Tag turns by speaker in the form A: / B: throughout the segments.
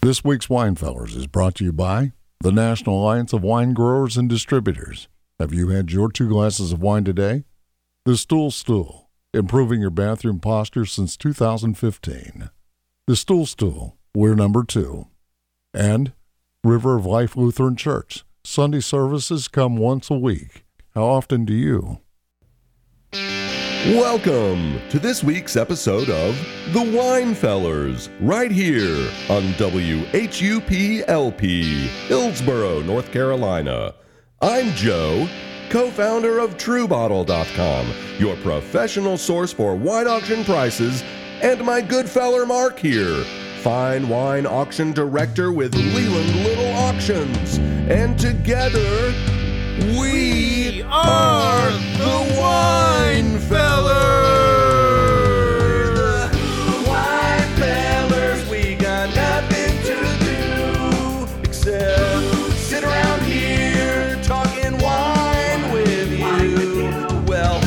A: This week's Winefellers is brought to you by the National Alliance of Wine Growers and Distributors. Have you had your two glasses of wine today? The Stool Stool, improving your bathroom posture since 2015. The Stool Stool, we're number two. And River of Life Lutheran Church. Sunday services come once a week. How often do you?
B: Welcome to this week's episode of The Winefellers, right here on WHUPLP, Hillsboro, North Carolina. I'm Joe, co founder of TrueBottle.com, your professional source for wine auction prices, and my good feller Mark here, fine wine auction director with Leland Little Auctions. And together, we are the Wine Fellers. Wine Fellers, we got nothing to do except sit around here talking wine with you. Well,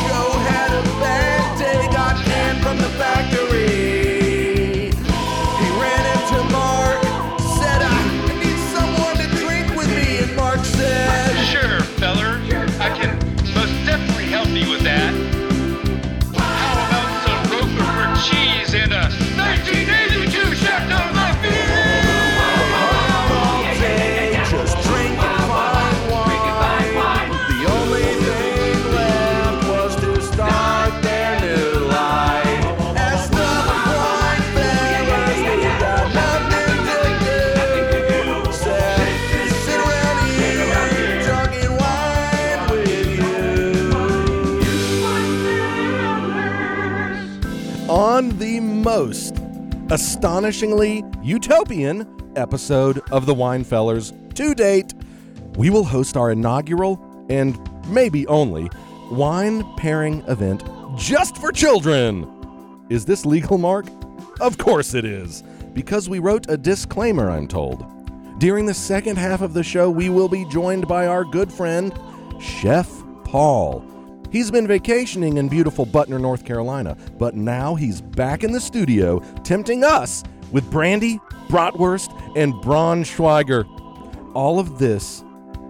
B: Joe had a bad day, got canned from the factory. He ran into Mark, said, I need someone to drink with me. And Mark said,
C: Sure, feller. I can most definitely help you with that. How about some Roquefort cheese and a 1982 Chateau Lafite?
B: Just drink and find wine. The only thing left was to start their new life. As the wine fellers, we got nothing to do. Said, sit around here, talking wine with you.
D: on the most astonishingly utopian episode of the Winefellers to date. We will host our inaugural and maybe only wine pairing event just for children. Is this legal, Mark? Of course it is, because we wrote a disclaimer, I'm told. During the second half of the show, we will be joined by our good friend, Chef Paul. He's been vacationing in beautiful Butner, North Carolina, but now he's back in the studio tempting us with brandy, bratwurst, and Braun Schweiger. All of this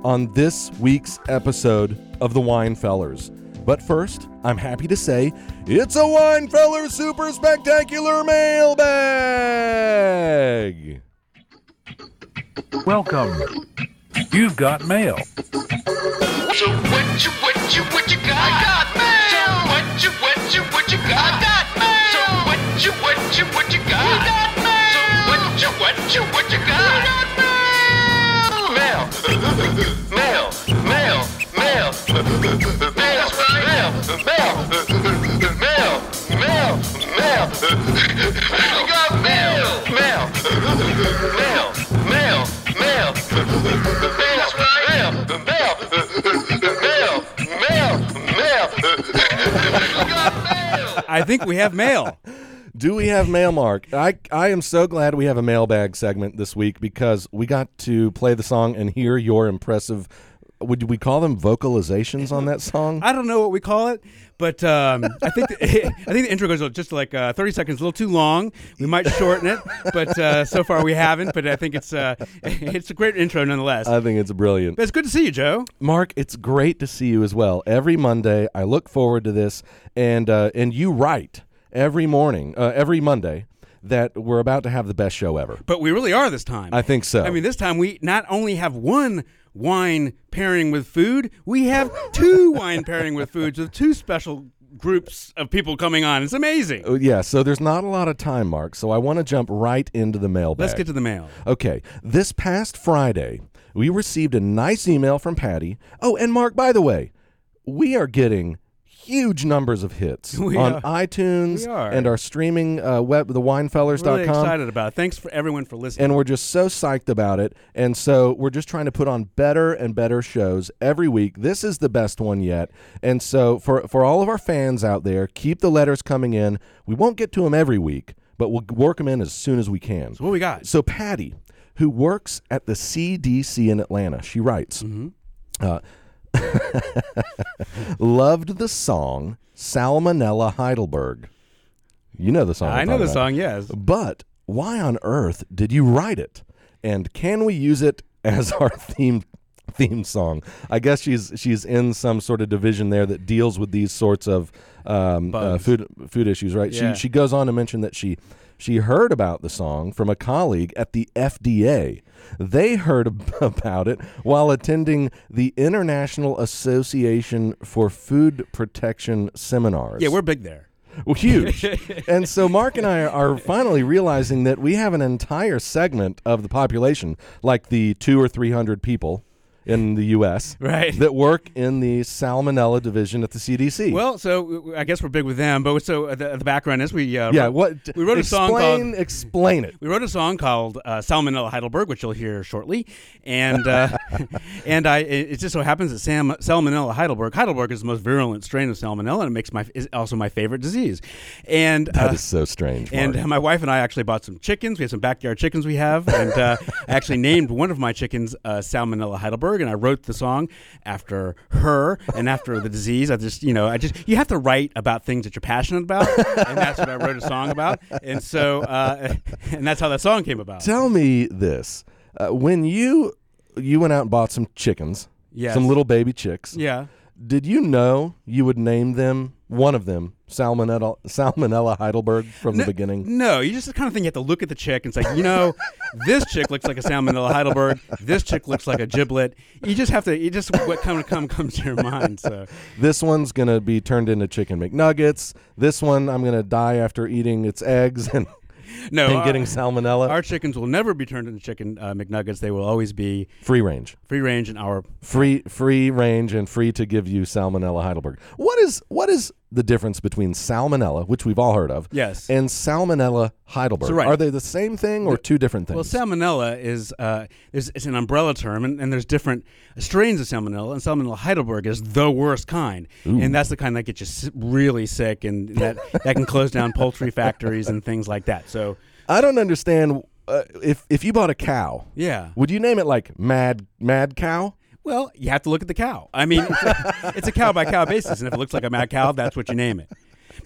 D: on this week's episode of The Wine Fellers. But first, I'm happy to say it's a Wine Fellers Super Spectacular Mailbag!
E: Welcome. You've got mail.
C: So what you, what you, what you got? I got mail. So what you, what you, what you got? I got mail. So what you, what you, what you got? I got mail. So what you, what you, what you got? I got mail. Mail. Mail. Mail. Mail. Mail. Mail. Mail. Mail. Mail. Mail. We got mail. Mail. Mail. Mail. Mail. Mail. Mail. Mail. Mail. We got mail.
F: I think we have mail.
D: Do we have mail, Mark? I, I am so glad we have a mailbag segment this week because we got to play the song and hear your impressive. Would we call them vocalizations on that song?
F: I don't know what we call it, but um, I think the, I think the intro goes just like uh, 30 seconds, a little too long. We might shorten it, but uh, so far we haven't. But I think it's uh, it's a great intro nonetheless.
D: I think it's brilliant.
F: but it's good to see you, Joe.
D: Mark, it's great to see you as well. Every Monday, I look forward to this, and uh, and you write every morning, uh, every Monday, that we're about to have the best show ever.
F: But we really are this time.
D: I think so.
F: I mean, this time we not only have one wine pairing with food, we have two wine pairing with foods with two special groups of people coming on. It's amazing.
D: Oh, yeah. So there's not a lot of time, Mark. So I want to jump right into the mailbag.
F: Let's get to the mail.
D: Okay, this past Friday, we received a nice email from Patty. Oh, and Mark, by the way, we are getting huge numbers of hits
F: We
D: on
F: are.
D: iTunes
F: We are.
D: and our streaming uh, web, thewinefellers.com.
F: Really excited about. It. Thanks for everyone for listening.
D: And we're just so psyched about it. And so we're just trying to put on better and better shows every week. This is the best one yet. And so for, for all of our fans out there, keep the letters coming in. We won't get to them every week, but we'll work them in as soon as we can.
F: So what we got?
D: So Patty, who works at the CDC in Atlanta, she writes,
F: Mm-hmm.
D: uh, "Loved the song Salmonella Heidelberg." You know the song. I'm
F: I know
D: talking
F: the
D: about.
F: song, yes.
D: but why on earth did you write it? And can we use it as our theme theme song? I guess she's she's in some sort of division there that deals with these sorts of um, uh,
F: Bugs.
D: food food issues, right?
F: Yeah.
D: She she goes on to mention that she she heard about the song from a colleague at the FDA. They heard ab- about it while attending the International Association for Food Protection seminars.
F: Yeah, we're big there.
D: Well, huge. and so Mark and I are finally realizing that we have an entire segment of the population, like the two or three hundred people in the U.S.
F: Right.
D: that work in the salmonella division at the CDC.
F: Well, so w- w- I guess we're big with them. But so uh, the, the background is we uh,
D: yeah.
F: wrote-
D: What
F: we wrote a
D: explain,
F: song called
D: Explain it.
F: we wrote a song called uh, Salmonella Heidelberg, which you'll hear shortly, and uh, and I it, it just so happens that Sam, Salmonella Heidelberg Heidelberg is the most virulent strain of Salmonella, and it makes my is also my favorite disease, and
D: That
F: uh,
D: is so strange.
F: and
D: Mark.
F: uh, my wife and I actually bought some chickens. We have some backyard chickens we have, and uh, I actually named one of my chickens uh, Salmonella Heidelberg, and I wrote the song after her and after the disease. I just, you know, I just you have to write about things that you're passionate about, and that's what I wrote a song about, and so uh, and that's how that song came about.
D: Tell me this: uh, when you you went out and bought some chickens,
F: Yes.
D: some little baby chicks,
F: Yeah.
D: Did you know you would name them one of them Salmonella Salmonella Heidelberg from the beginning?
F: No, you just kind of thing you have to look at the chick and it's like, you know, this chick looks like a salmonella Heidelberg. This chick looks like a giblet. You just have to. You just what come come comes to your mind. So
D: This one's gonna be turned into chicken McNuggets. This one I'm gonna die after eating its eggs and,
F: no, uh,
D: and
F: our-
D: getting salmonella.
F: Our chickens will never be turned into chicken uh, McNuggets. They will always be
D: free range,
F: free range in our.
D: free free range, and free to give you Salmonella Heidelberg. What is what is the difference between Salmonella, which we've all heard of,
F: Yes.
D: and Salmonella Heidelberg?
F: So, right.
D: Are they the same thing or two different things?
F: Well, salmonella is uh, is, is an umbrella term, and, and there's different strains of salmonella. And salmonella Heidelberg is the worst kind, and that's the kind that gets you s- really sick, and that that can close down poultry factories and things like that. So
D: I don't understand. Uh, if if you bought a cow,
F: yeah,
D: Would you name it like Mad Mad Cow?
F: well, you have to look at the cow. I mean, it's a, it's a cow by cow basis, and if it looks like a mad cow, that's what you name it.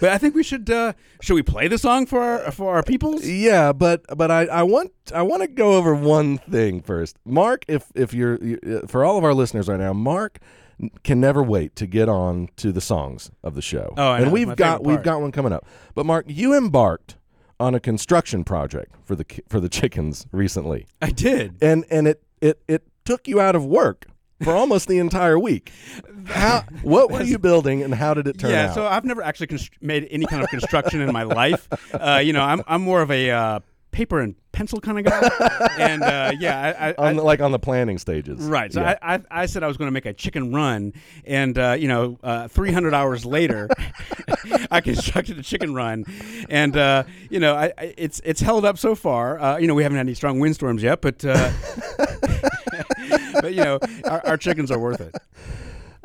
F: But I think we should uh, should we play the song for our, for our peoples?
D: Yeah, but but I, I want I want to go over one thing first. Mark, if if you're you- uh, for all of our listeners right now, Mark n- can never wait to get on to the songs of the show.
F: Oh, I know,
D: and we've
F: my
D: got
F: favorite
D: we've
F: part.
D: got one coming up. But Mark, you embarked on a construction project for the ki- for the chickens recently.
F: I did.
D: And and it it it took you out of work for almost the entire week. How what were you building and how did it turn
F: yeah,
D: out?
F: so I've never actually constr- made any kind of construction in my life. Uh, you know, I'm I'm more of a uh, paper and pencil kind of guy, and uh, yeah, I, I,
D: on the, like on the planning stages.
F: Right. So
D: Yeah.
F: I, I, I said I was going to make a chicken run, and uh, you know, uh, 300 hours later, I constructed a chicken run, and uh, you know, I, I, it's it's held up so far. Uh, you know, we haven't had any strong windstorms yet, but. Uh, But you know, our, our chickens are worth it.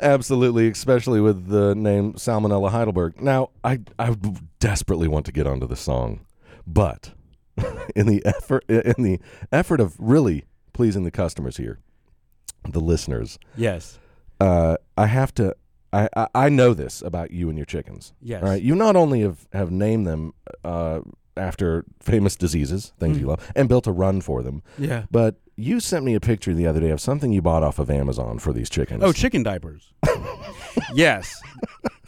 D: Absolutely, especially with the name Salmonella Heidelberg. Now, I, I desperately want to get onto the song, but in the effort in the effort of really pleasing the customers here, the listeners,
F: Yes.
D: uh, I have to. I, I, I know this about you and your chickens.
F: Yes.
D: All right. You not only have, have named them uh, after famous diseases, things you love, and built a run for them,
F: Mm. Yeah.
D: but you sent me a picture the other day of something you bought off of Amazon for these chickens.
F: Oh, chicken diapers. yes.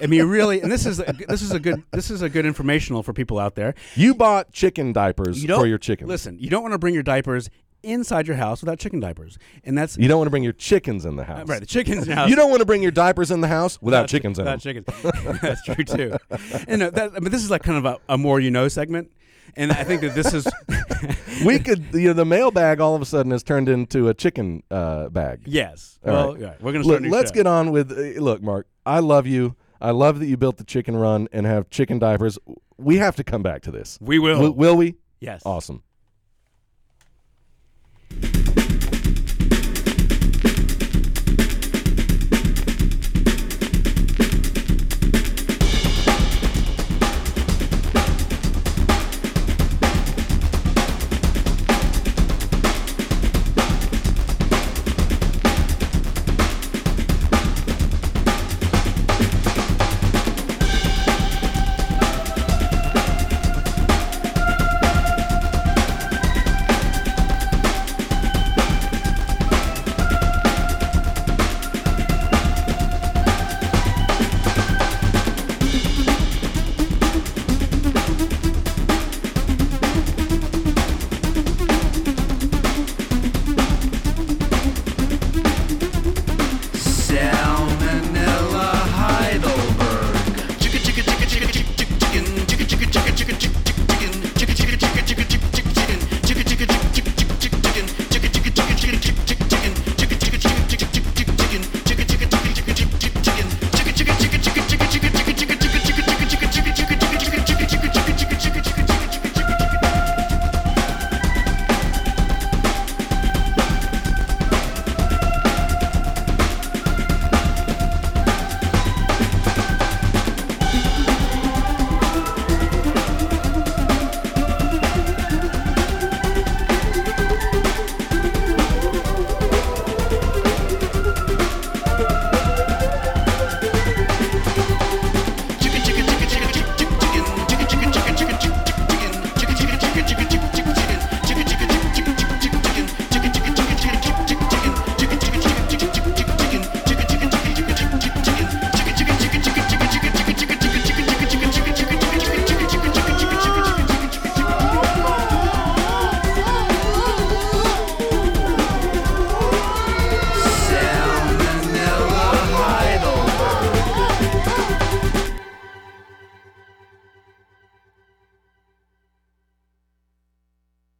F: I mean, really, and this is a, this is a good this is a good informational for people out there.
D: You bought chicken diapers
F: You don't
D: for your chickens.
F: Listen, you don't want to bring your diapers inside your house without chicken diapers, and that's
D: You don't want to bring your chickens in the house.
F: right. The chickens now.
D: You don't want to bring your diapers in the house without chickens in
F: without
D: them.
F: chickens. that's true too. And uh, that, but this is like kind of a, a more you know segment, and I think that this is
D: we could, you know, the mailbag all of a sudden has turned into a chicken uh, bag.
F: yes.
D: All
F: well,
D: right.
F: yeah, we're gonna
D: Look,
F: start. a new
D: let's
F: show.
D: get on with. Uh, look, Mark, I love you. I love that you built the chicken run and have chicken diapers. We have to come back to this.
F: We will.
D: Will, will we?
F: Yes.
D: Awesome.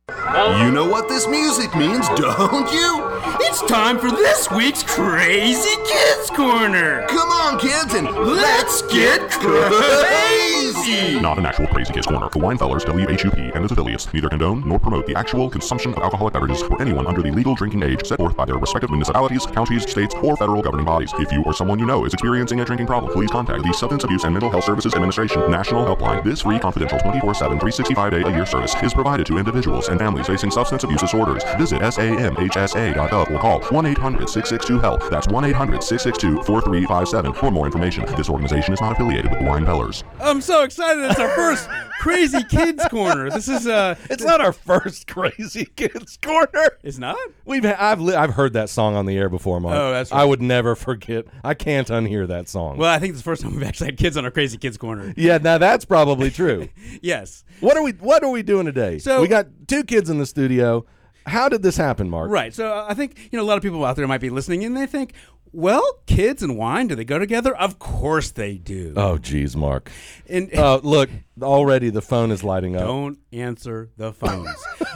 G: You know what this music means, don't you?
H: It's time for this week's Crazy Kids Corner.
G: Come on, kids, and let's get crazy!
I: Not an actual Crazy Kids Corner. The Winefellers, WHUP, and its affiliates neither condone nor promote the actual consumption of alcoholic beverages for anyone under the legal drinking age set forth by their respective municipalities, counties, states, or federal governing bodies. If you or someone you know is experiencing a drinking problem, please contact the Substance Abuse and Mental Health Services Administration National Helpline. This free, confidential, 24 7, 365 day a year service is provided to individuals and families facing substance abuse disorders. Visit samhsa.gov or call 1 800 662 HELP. E That's 1 800 662 4357 for more information. This organization is not affiliated with the Winefellers.
F: I'm so excited. It's our first Crazy Kids Corner. This is, uh,
D: It's not our first Crazy Kids Corner.
F: it's not?
D: We've ha- I've li- I've heard that song on the air before, Mark.
F: Oh, that's
D: I would never forget. I can't unhear that song.
F: Well, I think it's the first time we've actually had kids on our Crazy Kids Corner.
D: yeah, now that's probably true.
F: Yes.
D: what are we What are we doing today?
F: So-
D: we got two kids in the studio. How did this happen, Mark?
F: Right. So uh, I think you know a lot of people out there might be listening and they think, well, kids and wine, do they go together? Of course they do.
D: Oh, geez, Mark.
F: and
D: Oh, look, already the phone is lighting up.
F: don't answer the phones.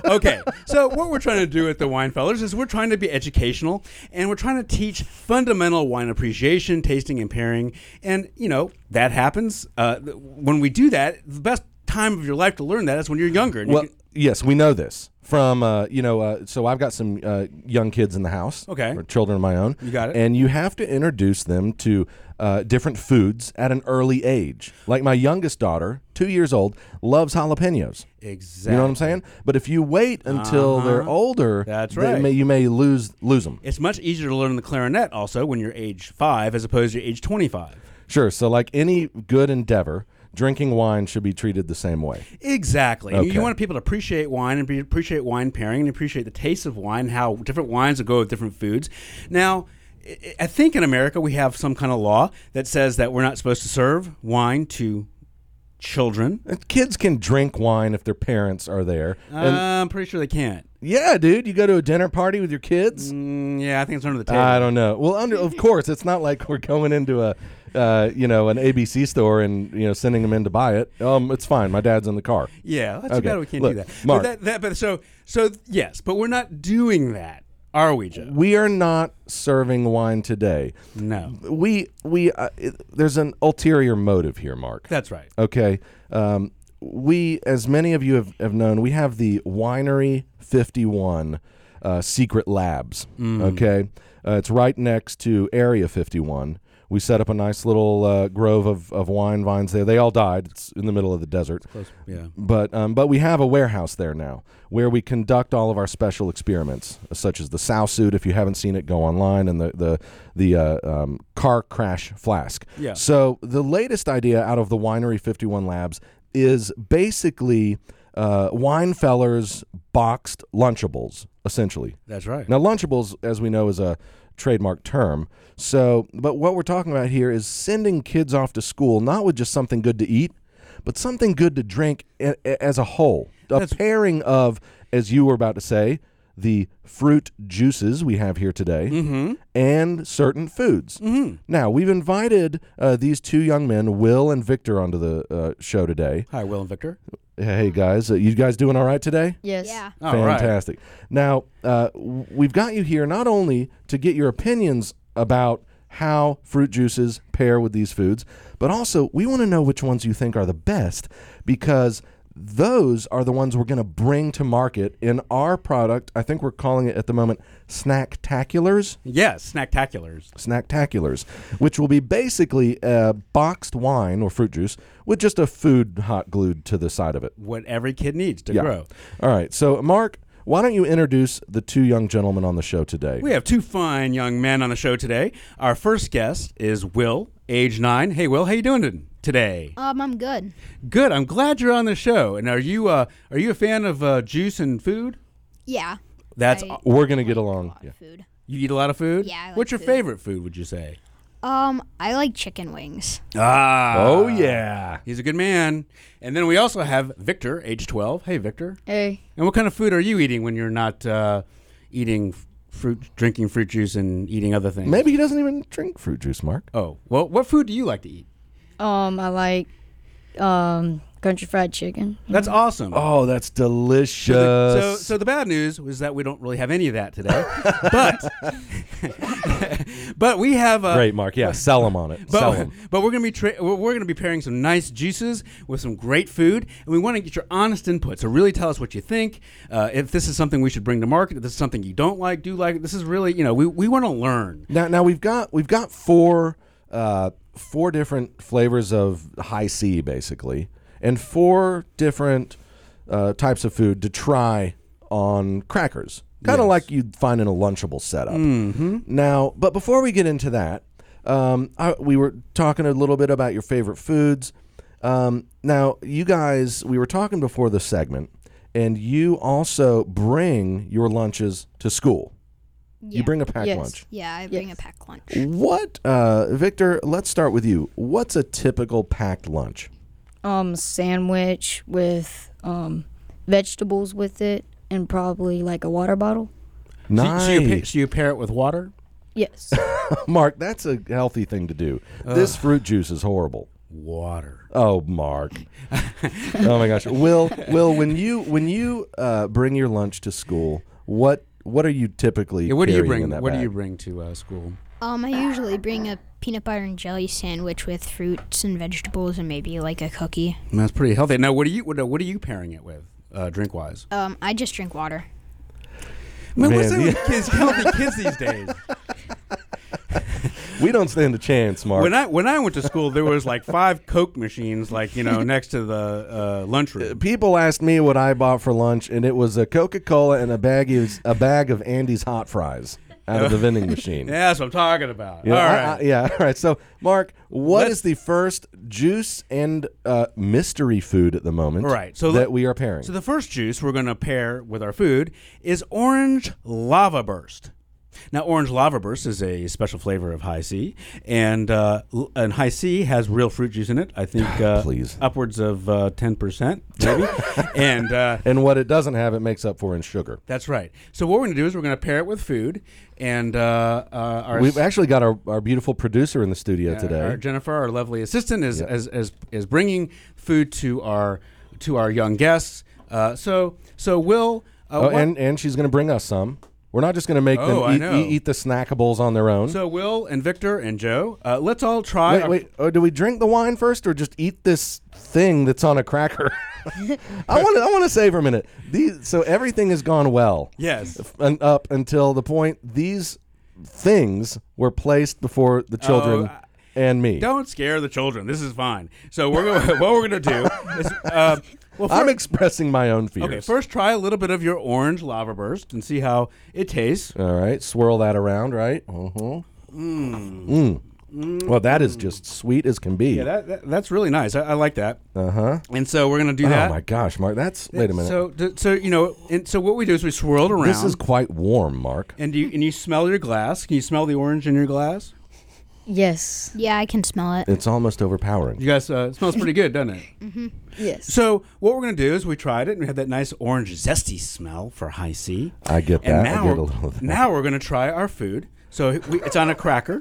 F: okay. So what we're trying to do at the Winefellers is we're trying to be educational and we're trying to teach fundamental wine appreciation, tasting, and pairing. And you know that happens uh, th- when we do that. The best time of your life to learn that is when you're younger. And you
D: Well,
F: can-
D: yes, we know this from uh, you know. Uh, so I've got some uh, young kids in the house.
F: Okay.
D: or children of my own. You
F: got it.
D: And you have to introduce them to uh, different foods at an early age. Like my youngest daughter, two years old, loves jalapenos.
F: exactly. Uh-huh.
D: You know what I'm saying? But if you wait until they're older,
F: That's
D: they
F: right.
D: may, you may lose lose them.
F: It's much easier to learn the clarinet also when you're age five as opposed to age 25.
D: Sure. So like any good endeavor, drinking wine should be treated the same way.
F: Exactly. And
D: Okay.
F: You want people to appreciate wine and be, appreciate wine pairing and appreciate the taste of wine, how different wines will go with different foods. Now, I- I- I think in America we have some kind of law that says that we're not supposed to serve wine to children.
D: And kids can drink wine if their parents are there. And
F: Uh, I'm pretty sure they can't.
D: yeah, dude, you go to a dinner party with your kids.
F: Mm, yeah, I think it's under the table.
D: I don't know. Well, under of course, it's not like we're going into a, uh, you know, an ABC store and you know sending them in to buy it. Um, it's fine. My dad's in the car.
F: Yeah, that's
D: Okay,
F: too bad we can't
D: look,
F: do that.
D: Mark.
F: But that, that. But so, so yes, but we're not doing that, are we, Joe?
D: We are not serving wine today.
F: No,
D: We we uh, it, there's an ulterior motive here, Mark.
F: that's right.
D: Okay. Um, we, as many of you have, have known, we have the Winery 51 uh, Secret Labs. Okay. Uh, it's right next to Area 51. We set up a nice little uh, grove of, of wine vines there. They all died. It's in the middle of the desert.
F: Yeah.
D: But um, but we have a warehouse there now where we conduct all of our special experiments, such as the sow suit. If you haven't seen it, go online and the the the uh, um, car crash flask.
F: Yeah.
D: So the latest idea out of the Winery Fifty One Labs is basically uh, Winefellers boxed Lunchables, essentially.
F: That's right.
D: Now, Lunchables, as we know, is a trademark term. So, but what we're talking about here is sending kids off to school not with just something good to eat, but something good to drink a- a- as a whole. A pairing of, as you were about to say, the fruit juices we have here today and certain foods. Mm-hmm. Now, we've invited uh, these two young men, Will and Victor, onto the uh, show today.
F: Hi, Will and Victor.
D: Hey, guys, uh, you guys doing all right today?
J: Yes. Yeah.
F: All right.
D: Fantastic. Now, uh, w- we've got you here not only to get your opinions about how fruit juices pair with these foods, but also we want to know which ones you think are the best because those are the ones we're going to bring to market in our product. I think we're calling it at the moment Snacktaculars.
F: Yes, Snacktaculars.
D: Snacktaculars, which will be basically a boxed wine or fruit juice with just a food hot glued to the side of it.
F: What every kid needs to
D: Yeah.
F: grow.
D: All right. So, Mark, why don't you introduce the two young gentlemen on the show today?
F: We have two fine young men on the show today. Our first guest is Will, age nine. Hey, Will, how you doing t- today?
J: Um, I'm good.
F: Good. I'm glad you're on the show. And are you uh, are you a fan of uh, juice and food?
J: Yeah.
F: That's
J: I-
D: We're gonna get along.
F: Oh,
J: lot
D: Yeah.
J: of food.
F: you eat a lot of food.
J: Yeah, I like
F: What's your
J: food.
F: favorite food? Would you say?
J: Um, I like chicken wings.
F: Ah.
D: Oh yeah.
F: He's a good man. And then we also have Victor, age twelve. Hey, Victor.
J: Hey.
F: And what kind of food are you eating when you're not uh, eating f- fruit, drinking fruit juice, and eating other things?
D: Maybe he doesn't even drink fruit juice, Mark.
F: Oh well, what food do you like to eat?
K: Um, I like um Country fried chicken.
F: That's awesome.
D: Oh, that's delicious.
F: So, the, so, so the bad news was that we don't really have any of that today, but but we have a
D: Great, Mark. Yeah, sell 'em on it.
F: But,
D: Sell 'em.
F: But we're gonna be tra- we're, we're gonna be pairing some nice juices with some great food, and we want to get your honest input. So really tell us what you think. Uh, if this is something we should bring to market, if this is something you don't like, do like. This is really you know we, we want to learn.
D: Now, now we've got we've got four uh, four different flavors of high C basically, and four different uh, types of food to try on crackers, kind of like you'd find in a Lunchable setup. Mm-hmm.
F: Mhm.
D: Now, but before we get into that, um, I, we were talking a little bit about your favorite foods. Um, now, you guys, we were talking before the segment, and you also bring your lunches to school. You bring a packed lunch.
J: Yeah, I bring a packed lunch.
D: What, uh, Victor? Let's start with you. What's a typical packed lunch?
K: Um, sandwich with um vegetables with it, and probably like a water bottle.
F: So, you- so you, pa-
D: Nice.
F: so you pair it with water.
K: Yes.
D: Mark, that's a healthy thing to do. This fruit juice is horrible.
F: Water.
D: Oh, Mark. oh my gosh. Will, Will, when you when you uh, bring your lunch to school, what what are you typically?
F: Yeah, what do you
D: carrying
F: bring?
D: In that
F: What do
D: bag?
F: you bring to uh, school?
J: Um, I usually bring a peanut butter and jelly sandwich with fruits and vegetables and maybe like a cookie.
F: That's pretty healthy. Now, what are you? What, are- what are you pairing it with? Uh, drink wise.
J: Um, I just drink water.
F: Man, what's
D: Man,
F: up with kids, healthy kids these days?
D: We don't stand a chance, Mark.
F: When I when I went to school, there was like five Coke machines, like you know, next to the uh, lunchroom.
D: People asked me what I bought for lunch, and it was a Coca Cola and a bag of, a bag of Andy's hot fries out of the vending machine.
F: Yeah, that's what I'm talking about.
D: You know,
F: All
D: I- I-
F: right.
D: yeah. All right. So, Mark, what
F: Let-
D: is the first juice and uh, mystery food at the moment?
F: All right, so
D: that
F: the-
D: we are pairing.
F: so the first juice we're going to pair with our food is orange lava burst. Now, orange lava burst is a special flavor of high C, and uh, l- and high C has real fruit juice in it. I think uh,
D: Please.
F: upwards of uh, ten percent, maybe. and uh,
D: and what it doesn't have, it makes up for in sugar.
F: that's right. So what we're going to do is we're going to pair it with food, and uh, uh, our
D: We've actually got our, our beautiful producer in the studio
F: Uh,
D: today.
F: Our Jennifer, our lovely assistant, is is, is is bringing food to our to our young guests. Uh, so so Will. Uh,
D: oh,
F: what-
D: and and she's going to bring us some. We're not just going to make
F: Oh, I
D: them eat,
F: know.
D: eat, eat the snackables on their own.
F: so Will and Victor and Joe, uh, let's all try.
D: wait, wait. Oh, do we drink the wine first, or just eat this thing that's on a cracker? I want to. I want to save for a minute. These. So everything has gone well.
F: Yes.
D: f- and up until the point these things were placed before the children
F: Oh, I-
D: and me.
F: Don't scare the children. This is fine. So we're going. what we're going to do is. Uh, well,
D: I'm
F: fir-
D: expressing my own fears.
F: okay. First, try a little bit of your orange lava burst and see how it tastes.
D: All right, swirl that around, right? Uh-huh. Mm. Well, that is just sweet as can be.
F: Mm. Yeah, that, that that's really nice. I, I like that.
D: uh huh.
F: And so we're going to do
D: Oh
F: that.
D: my gosh, Mark. That's wait a minute.
F: So d- so you know, and so what we do is we swirl it around.
D: this is quite warm, Mark.
F: And do you and you smell your glass? Can you smell the orange in your glass?
K: yes.
J: Yeah, I can smell it.
D: It's almost overpowering.
F: You guys, uh, it smells pretty good, doesn't it?
K: Yes.
F: So what we're gonna do is we tried it and we had that nice orange zesty smell for high C.
D: I get that.
F: And
D: I get
F: now,
D: a
F: we're-
D: little of that.
F: now we're gonna try our food. So we, it's on a cracker.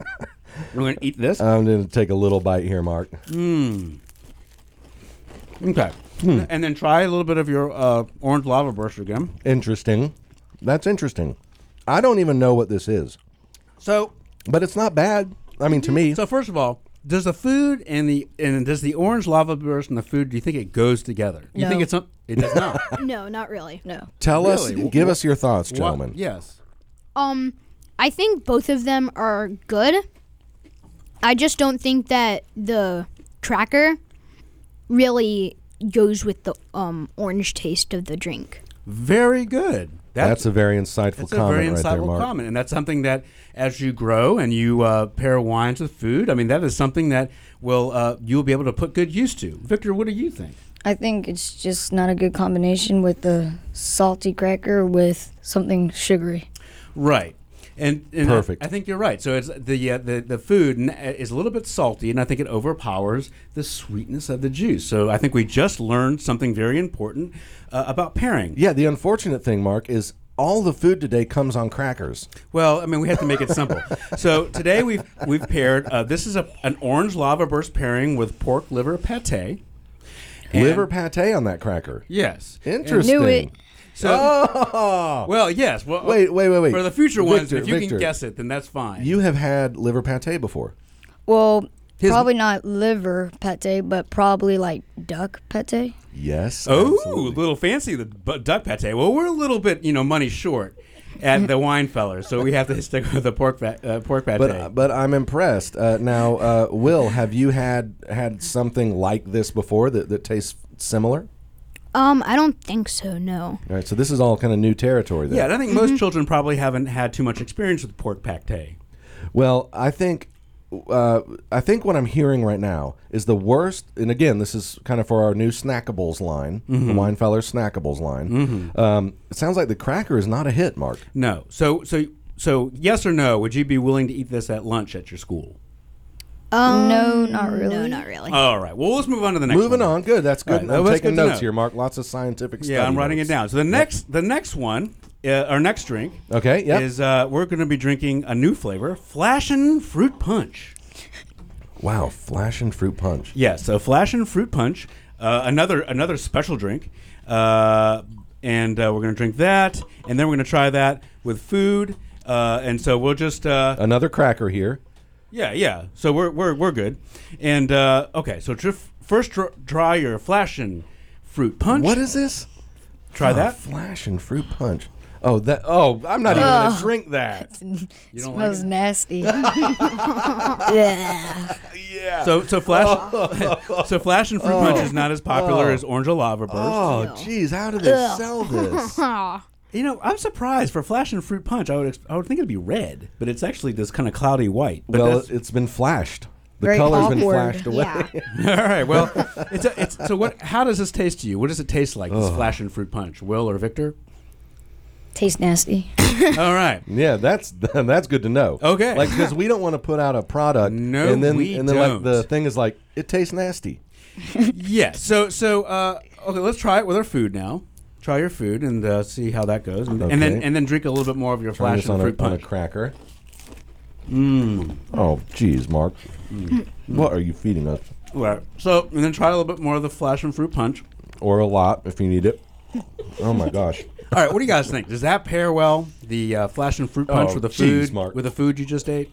F: we're gonna eat this.
D: I'm gonna take a little bite here, Mark.
F: Mm. okay.
D: hmm.
F: And then try a little bit of your uh, orange lava burst again.
D: Interesting. That's interesting. I don't even know what this is,
F: So
D: but it's not bad. I mean, to me,
F: so first of all. Does the food and the and does the orange lava burst and the food? Do you think it goes together? You
K: No.
F: think it's some? It does not.
J: No, not really.
K: No.
D: Tell us,
F: Really?
D: give us your thoughts,
F: What-
D: gentlemen.
F: Yes.
J: Um, I think both of them are good. I just don't think that the tracker really goes with the um orange taste of the drink.
F: Very good.
D: That's a very insightful
F: that's
D: comment
F: a very
D: right
F: insightful
D: there, Mark.
F: comment, and that's something that as you grow and you uh, pair wines with food, I mean that is something that will uh, you'll be able to put good use to. Victor, what do you think?
K: I think it's just not a good combination with a salty cracker with something sugary.
F: Right. And, and I-
D: Perfect.
F: I, think you're right. So it's the uh, the the food n- uh, is a little bit salty, and I think it overpowers the sweetness of the juice. So I think we just learned something very important uh, about pairing.
D: Yeah, the unfortunate thing, Mark, is all the food today comes on crackers.
F: Well, I mean, we have to make it simple. so today we've we've paired. Uh, this is a, an orange lava burst pairing with pork liver pate, And-
D: Liver pate on that cracker.
F: Yes.
D: Interesting.
F: Knew it. So-
D: Oh.
F: Well, yes. Well,
D: Wait, wait, wait, wait.
F: For the future ones,
D: Victor,
F: if you
D: Victor.
F: can guess it, then that's fine.
D: You have had liver pate before.
K: Well,
D: His-
K: probably not liver pate, but probably like duck pate.
D: Yes.
F: Oh, a little fancy the bu- duck pate. Well, we're a little bit, you know, money short at the wine fellers, so we have to stick with the pork fa- uh, pork pate.
D: But but I'm impressed. Uh, now, uh, Will, have you had had something like this before that, that tastes similar?
J: Um, I don't think so. No.
D: All right, so this is all kind of new territory. Then.
F: yeah, and I think
D: mm-hmm.
F: most children probably haven't had too much experience with pork pate.
D: Well, I think uh, I think what I'm hearing right now is the worst. And again, this is kind of for our new snackables line, the
F: Mhm.
D: Weinfeller snackables line.
F: Mhm.
D: Um, it sounds like the cracker is not a hit, Mark.
F: No. So so so yes or no? Would you be willing to eat this at lunch at your school?
J: Um,
K: no, not really. No,
J: not really.
F: All right. Well, let's move on to the next.
D: Moving
F: one.
D: on, good. That's
F: All
D: good.
F: right,
D: I'm
F: that's
D: taking
F: good to
D: notes
F: know.
D: here, Mark. Lots of scientific stuff.
F: Yeah, I'm writing it down. So the next the next one, uh, our next drink.
D: Okay, yep.
F: Is uh, we're going to be drinking a new flavor, Flashin' Fruit Punch.
D: Wow, flash and fruit punch.
F: Yeah, so Flashin' Fruit Punch, uh, another another special drink, uh, and uh, we're going to drink that, and then we're going to try that with food, uh, and so we'll just uh,
D: Another cracker here.
F: yeah yeah. So we're we're we're good, and uh, okay. So tr- first dr- try your Flashin' Fruit Punch.
D: What is this?
F: Try
D: Oh,
F: that.
D: flash and fruit punch. Oh, that. Oh, I'm not even gonna drink that.
K: it
F: don't
K: smells nasty. yeah.
F: So so flash so flash and fruit punch is not as popular
D: Oh.
F: as orange lava burst.
D: Oh, jeez, how do they
F: Ugh.
D: sell this?
F: You know, I'm surprised for flash and fruit punch. I would ex- I would think it'd be red, but it's actually this kind of cloudy white. But
D: well,
F: that's-
D: it's been flashed. The
F: Very
D: color's been
F: awkward,
D: flashed away.
F: all right. Well, it's, a, it's so what? How does this taste to you? What does it taste like? This
D: Ugh.
F: flash and fruit punch, Will or Victor?
K: Tastes nasty.
F: All right.
D: Yeah, that's that's good to know.
F: Okay.
D: like because we don't want to put out a product,
F: No,
D: and then
F: we
D: and then like
F: don't.
D: the thing is like it tastes nasty.
F: yeah. So so uh, okay, let's try it with our food now. Try your food and uh, see how that goes, and, and then
D: Okay.
F: and then drink a little bit more of your
D: Try
F: flash
D: this
F: and
D: on a-
F: fruit
D: on a
F: punch.
D: cracker.
F: Mm.
D: Oh, jeez, Mark, what are you feeding us?
F: Right. So and then try a little bit more of the flash and fruit punch.
D: Or a lot if you need it. Oh my gosh.
F: All right, what do you guys think? Does that pair well? The uh, flash and fruit punch
D: Oh,
F: with the
D: geez,
F: food,
D: Mark.
F: with the food you just ate.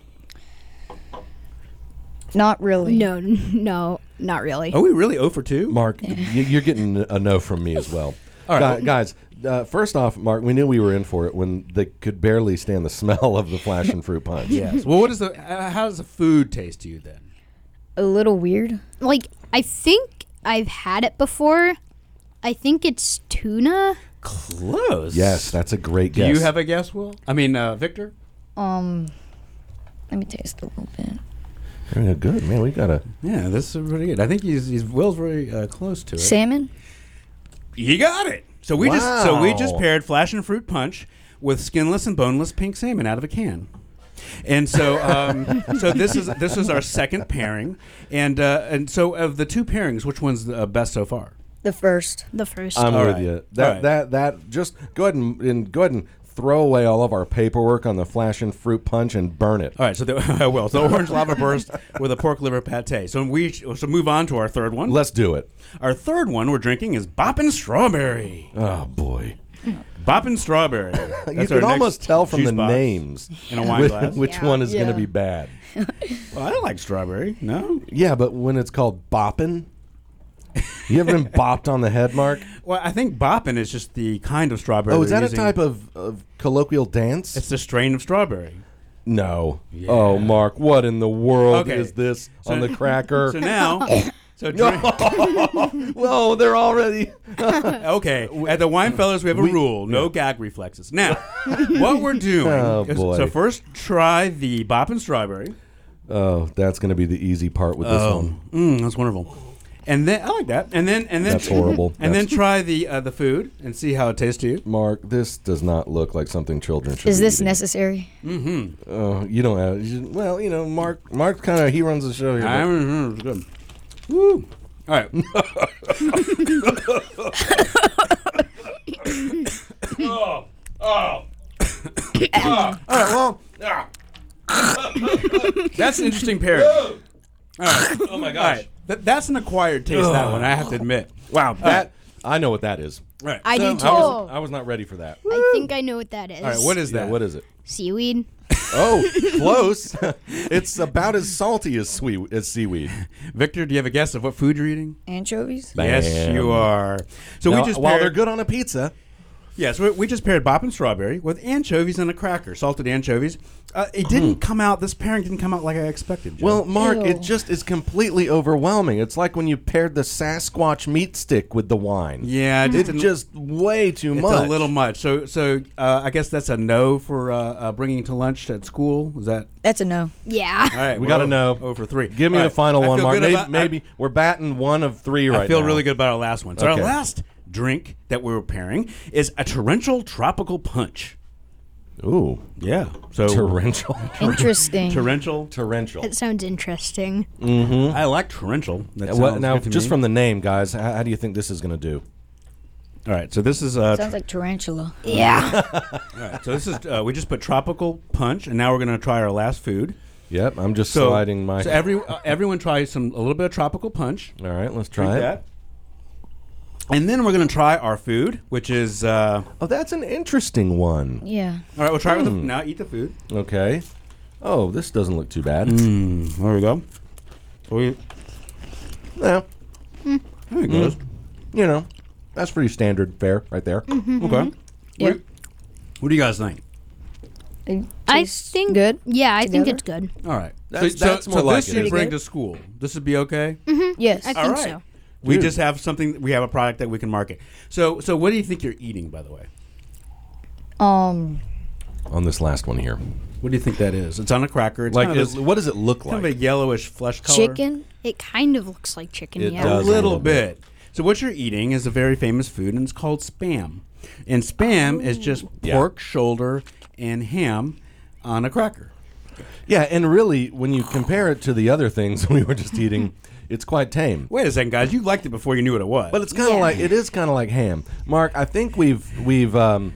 K: Not really. Oh.
J: No, no, not really.
F: Are we really 0 for two?
D: Mark, y- you're getting a no from me as well.
F: All right.
D: Gu- guys. Uh, first off, Mark, we knew we were in for it when they could barely stand the smell of the flash and fruit punch.
F: Yes. Well, what is the? Uh, how does the food taste to you then?
K: A little weird.
J: Like I think I've had it before. I think it's tuna.
F: Close.
D: Yes, that's a great
F: Do
D: guess.
F: you have a guess, Will? I mean, uh, Victor.
K: Um, let me taste a little bit.
D: Yeah, good man. We got a
F: Yeah, this is pretty good. I think he's, he's Will's very uh, close to it.
K: Salmon.
F: He got it. So we just so we just
D: Wow.
F: paired flash and fruit punch with skinless and boneless pink salmon out of a can. And so, um, so this is this is our second pairing, and uh, and so of the two pairings, which one's the uh, best so far?
K: The first.
J: The first.
D: I'm
F: All
D: with
F: right.
D: you.
F: All
D: That
F: right.
D: that that just go ahead and, and go ahead and throw away all of our paperwork on the flash and fruit punch and burn it.
F: All right, so the, I will. So orange lava burst with a pork liver pate. So we sh- so move on to our third one.
D: Let's do it.
F: Our third one we're drinking is boppin' strawberry.
D: Oh boy.
F: Boppin' strawberry.
D: you
F: That's our
D: can
F: next
D: almost tell from
F: juice
D: the
F: box
D: names
F: in a wine
D: whi-
F: glass.
D: which one is going
K: Yeah.
D: to be bad.
F: Well, I like strawberry. No.
D: Yeah, but when it's called bopping, you ever been bopped on the head, Mark?
F: Well, I think boppin' is just the kind of strawberry.
D: Oh, is that
F: we're
D: a
F: using.
D: type of, of colloquial dance?
F: It's the strain of strawberry.
D: no. Oh, Mark, what in the world
F: Okay.
D: is this
F: So-
D: on the cracker?
F: So now,
D: Oh.
F: so drink,
D: Whoa, Oh, they're already.
F: okay. At the Wine Fellas, we have a rule: no gag reflexes. Now, what we're doing?
D: Oh,
F: is-
D: boy.
F: So first, try the boppin' strawberry.
D: Oh, that's going to be the easy part with this
F: Oh,
D: one.
F: Mm, that's wonderful. And then I like that. And then and then
D: That's horrible.
F: And
D: That's-
F: then try the uh, the food and see how it tastes to you.
D: Mark, this does not look like something children should.
K: Is
D: be
K: this
D: eating.
K: necessary?
F: Mm-hmm.
D: Oh, you don't have. You, well, you know, Mark. Mark kind of he runs the show here.
F: I
D: but-
F: remember it was good. Woo! All right. oh, oh. oh.
D: All right, well,
F: Ah. That's an interesting pairing. All right. Oh my gosh. That, that's an acquired taste. That one I have to admit. Wow,
D: that I know what that is.
F: Right.
J: I do
D: was-
J: too.
D: I was not ready for that.
K: Oh.
J: I think I know what that is.
D: Yeah, What is it?
J: Seaweed.
D: Oh, close. it's about as salty as sweet as seaweed.
F: Victor, do you have a guess of what food you're eating?
K: Anchovies?
F: Yes,
D: Bam.
F: you are. So
D: Now,
F: we just
D: while
F: paired,
D: they're good on a pizza.
F: Yes, we, we just paired Bop and Strawberry with anchovies and a cracker, salted anchovies. Uh, it didn't come out. This pairing didn't come out like I expected. Joe.
D: Hmm. Well, Mark, it just is completely overwhelming. It's like when you paired the Sasquatch meat stick with the wine.
F: Yeah,
D: it's
F: a-
D: hmm, just way too
F: it's
D: much.
F: a little much. So, so uh, I guess that's a no for uh, uh, bringing to lunch at school. Is that
K: That's a no.
J: Yeah.
F: all right?
D: we got to know.
F: over three.
D: Give me
F: All
D: the
F: right,
D: final
F: I
D: one,
F: feel
D: Mark.
F: good
D: Maybe,
F: about- I-
D: maybe we're batting one of three right now.
F: I feel really good about our last one. So
D: Okay.
F: our last drink that we were pairing is a torrential tropical punch.
D: Ooh,
F: Yeah. So
D: torrential.
K: Interesting.
F: torrential.
D: torrential.
J: That sounds interesting.
D: Mm-hmm.
F: I like torrential. That sounds
D: now,
F: good to
D: just
F: me.
D: from the name, guys, how, how do you think this is going to do?
F: all right. So this is uh,
K: Sounds like tarantula.
J: Yeah.
F: all right. So this is uh, we just put tropical punch, and now we're gonna try our last food.
D: Yep, I'm just
F: So,
D: sliding my.
F: so every uh, everyone tries some a little bit of tropical punch.
D: All right, let's
F: Drink
D: try it.
F: that. And then we're gonna try our food, which is uh,
D: Oh, that's an interesting one.
K: Yeah.
F: all right. We'll try it with
D: Mm.
F: the, now. Eat the food.
D: Okay. Oh, this doesn't look too bad.
F: Hmm. There we go. We,
D: Yeah,
F: there it goes.
D: you know, that's pretty standard fare right there. Mm-hmm.
F: Okay.
K: Yeah.
F: What, what do you guys think?
K: It
J: I
K: tastes
J: think
K: good.
J: Yeah, I think
K: Together?
J: it's good.
F: All right.
D: That's-
F: so,
D: that's
F: so,
D: more
F: so
D: like
F: this
D: it,
F: you
D: isn't
F: bring
D: it?
F: to school. This would be okay.
K: Yes.
J: Mm-hmm. I
F: All
J: think
F: right.
J: so.
F: We
D: Dude.
F: just have something. We have a product that we can market. So, so what do you think you're eating, by the way?
K: um
D: On this last one here,
F: What do you think that is? It's on a cracker. It's
D: like,
F: kind of,
D: is,
F: a,
D: what does it look like?
F: kind of a yellowish flesh color.
K: chicken.
J: It kind of looks like chicken.
D: It
J: yeah.
F: A
D: does.
F: little, bit. So what you're eating is a very famous food, and it's called spam. And spam is
J: Oh.
F: just
D: Yeah.
F: pork shoulder and ham on a cracker.
D: Yeah, and really, when you compare it to the other things we were just eating, it's quite tame.
F: Wait a second, guys. You liked it before you knew what it was.
D: But it's kind of like it is kind of like ham. Mark, I think we've we've um,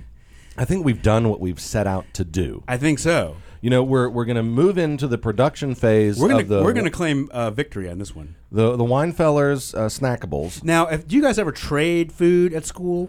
D: I think we've done what we've set out to do.
F: I think so.
D: You know, we're we're going to move into the production phase
F: We're gonna
D: of the
F: we're gonna claim uh, victory on this one.
D: the the Weinfeller's uh, snackables.
F: Now, if, do you guys ever trade food at school?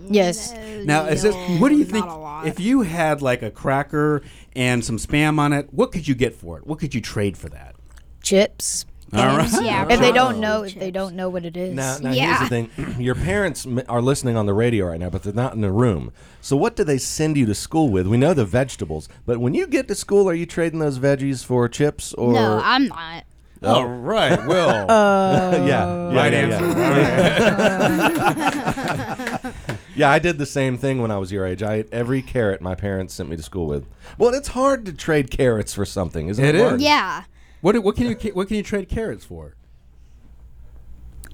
K: Yes.
F: Now, is this what do you think?
J: a lot.
F: If you had like a cracker and some spam on it, what could you get for it? What could you trade for that?
K: Chips.
F: All right.
J: Yeah.
K: If they
J: probably
K: don't know, if they
J: chips.
K: don't know what it is.
D: Now, now
J: Yeah.
D: here's the thing: your parents m- are listening on the radio right now, but they're not in the room. So, what do they send you to school with? We know the vegetables, but when you get to school, are you trading those veggies for chips or?
J: No, I'm not.
F: All right. Well,
D: yeah, yeah,
F: right
D: yeah,
F: answer.
D: yeah. Yeah, I did the same thing when I was your age. I ate every carrot my parents sent me to school with. Well, it's hard to trade carrots for something, isn't it?
F: It is.
D: Mark?
J: Yeah.
F: what, do- what can you what can you trade carrots for?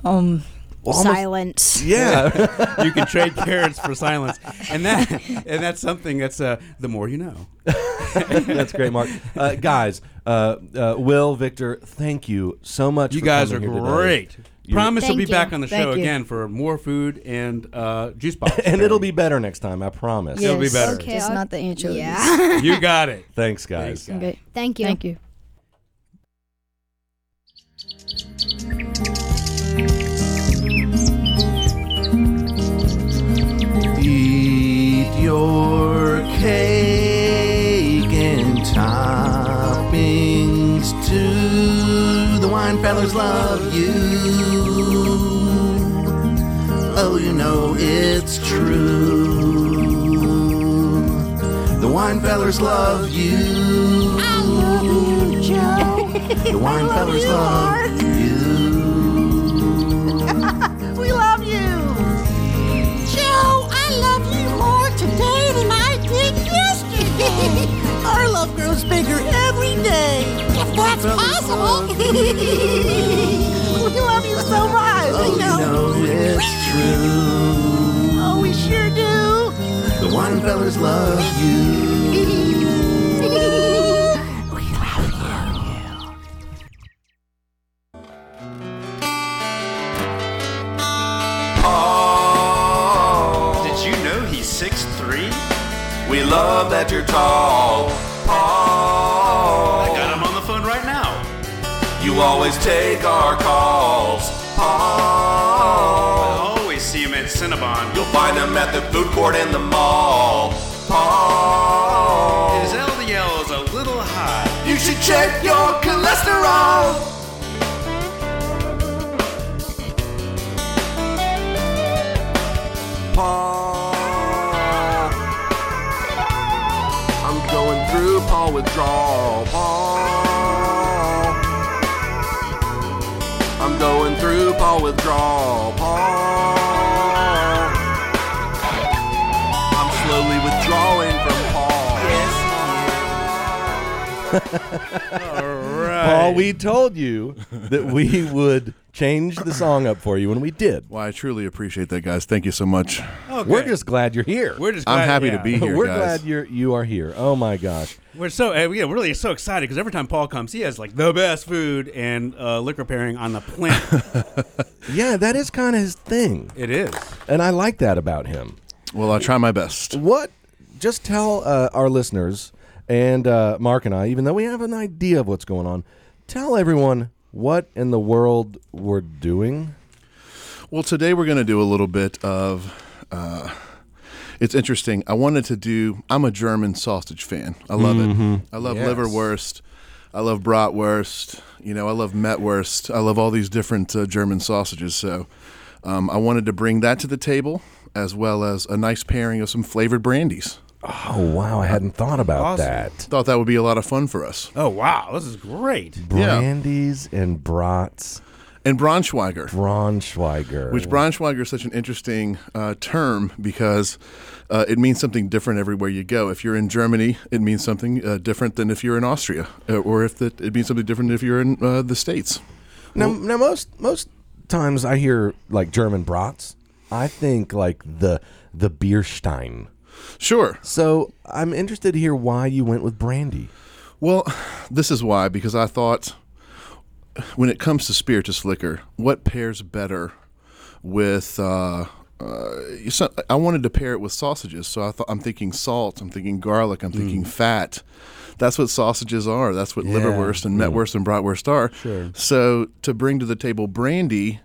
K: Um
D: Well, almost-
J: Silence.
D: Yeah.
F: You can trade carrots for silence, and that and that's something that's uh, the more you know.
D: That's great, Mark. Uh, guys, uh, uh, Will, Victor, thank you so much.
F: You
D: for
F: guys are
D: coming here today.
F: great.
D: You-
F: Promise you'll be
J: Thank you.
F: back on the show
K: Thank you.
F: again for more food and uh, juice boxes.
D: And it'll be better next time, I promise.
F: It'll be
K: yes.
F: better.
J: Okay,
K: Just
J: I'll-
K: not the anchovies.
J: Yeah.
F: you got it.
D: Thanks, guys.
K: Okay.
J: Thank you.
K: Thank you.
B: Eat your cake and toppings too. The wine fellers love you. Oh, you know it's true. The wine fellers love you. I love you, Joe. The wine fellers love you. we love you. Joe, I love you more today than I did yesterday. Our love grows bigger every day. If that's possible. we love you so much. Oh, you know. it's true. Oh, we sure do. The wine fellers love you. we love you.
G: Paul,
H: Did you know he's 6'3?
G: we love that you're tall. Paul,
H: Got him on the phone right now.
G: you
B: always take our calls. Paul.
L: I'll always see him at Cinnabon.
B: You'll find them at the food court in the mall.
L: His LDL is a little high.
B: You should check your cholesterol. Paul. I'm going through Paul withdrawal. Paul. I'm going through Paul withdrawal. Paul. I'm slowly withdrawing from Paul.
L: right.
D: Paul, we told you that we would change the song up for you, and we did.
M: Well, I truly appreciate that, guys. Thank you so much.
D: We're just glad you're here.
F: We're just
M: I'm
F: glad-
M: happy to
F: yeah.
M: be here,
D: We're
M: guys.
D: glad you're you are here. Oh my gosh.
F: We're so uh, yeah, we're really so excited because every time Paul comes, he has like the best food and uh, liquor pairing on the planet.
D: Yeah, that is kind of his thing.
F: it is.
D: And I like that about him.
M: Well, I'll try my best.
D: What? Just tell uh, our listeners and uh, Mark and I, even though we have an idea of what's going on, tell everyone what in the world we're doing.
M: Well, today we're going to do a little bit of. Uh, it's interesting. I wanted to do. I'm a German sausage fan. I love
D: Mhm.
M: it. I love
D: Yes.
M: liverwurst. I love bratwurst. You know, I love metwurst. I love all these different uh, German sausages. So, um, I wanted to bring that to the table, as well as a nice pairing of some flavored brandies.
D: Oh wow, I hadn't thought about
M: Awesome.
D: that.
M: Thought that would be a lot of fun for us.
F: Oh wow, this is great.
D: Brandies and brats.
M: And Braunschweiger.
D: Braunschweiger.
M: Which Braunschweiger is such an interesting uh, term because uh, it means something different everywhere you go. If you're in Germany, it means something uh, different than if you're in Austria, uh, or if that it means something different if you're in uh, the states.
D: Now, now most most times I hear like German brats, I think like the the Bierstein.
M: Sure.
D: So I'm interested to hear why you went with brandy.
M: Well, this is why because I thought when it comes to spirituous liquor, what pairs better with? Uh, uh, you so- I wanted to pair it with sausages, so I thought I'm thinking salt, I'm thinking garlic, I'm thinking fat. That's what sausages are. That's what
D: Yeah.
M: liverwurst and metwurst and bratwurst are.
D: Sure.
M: So to bring to the table brandy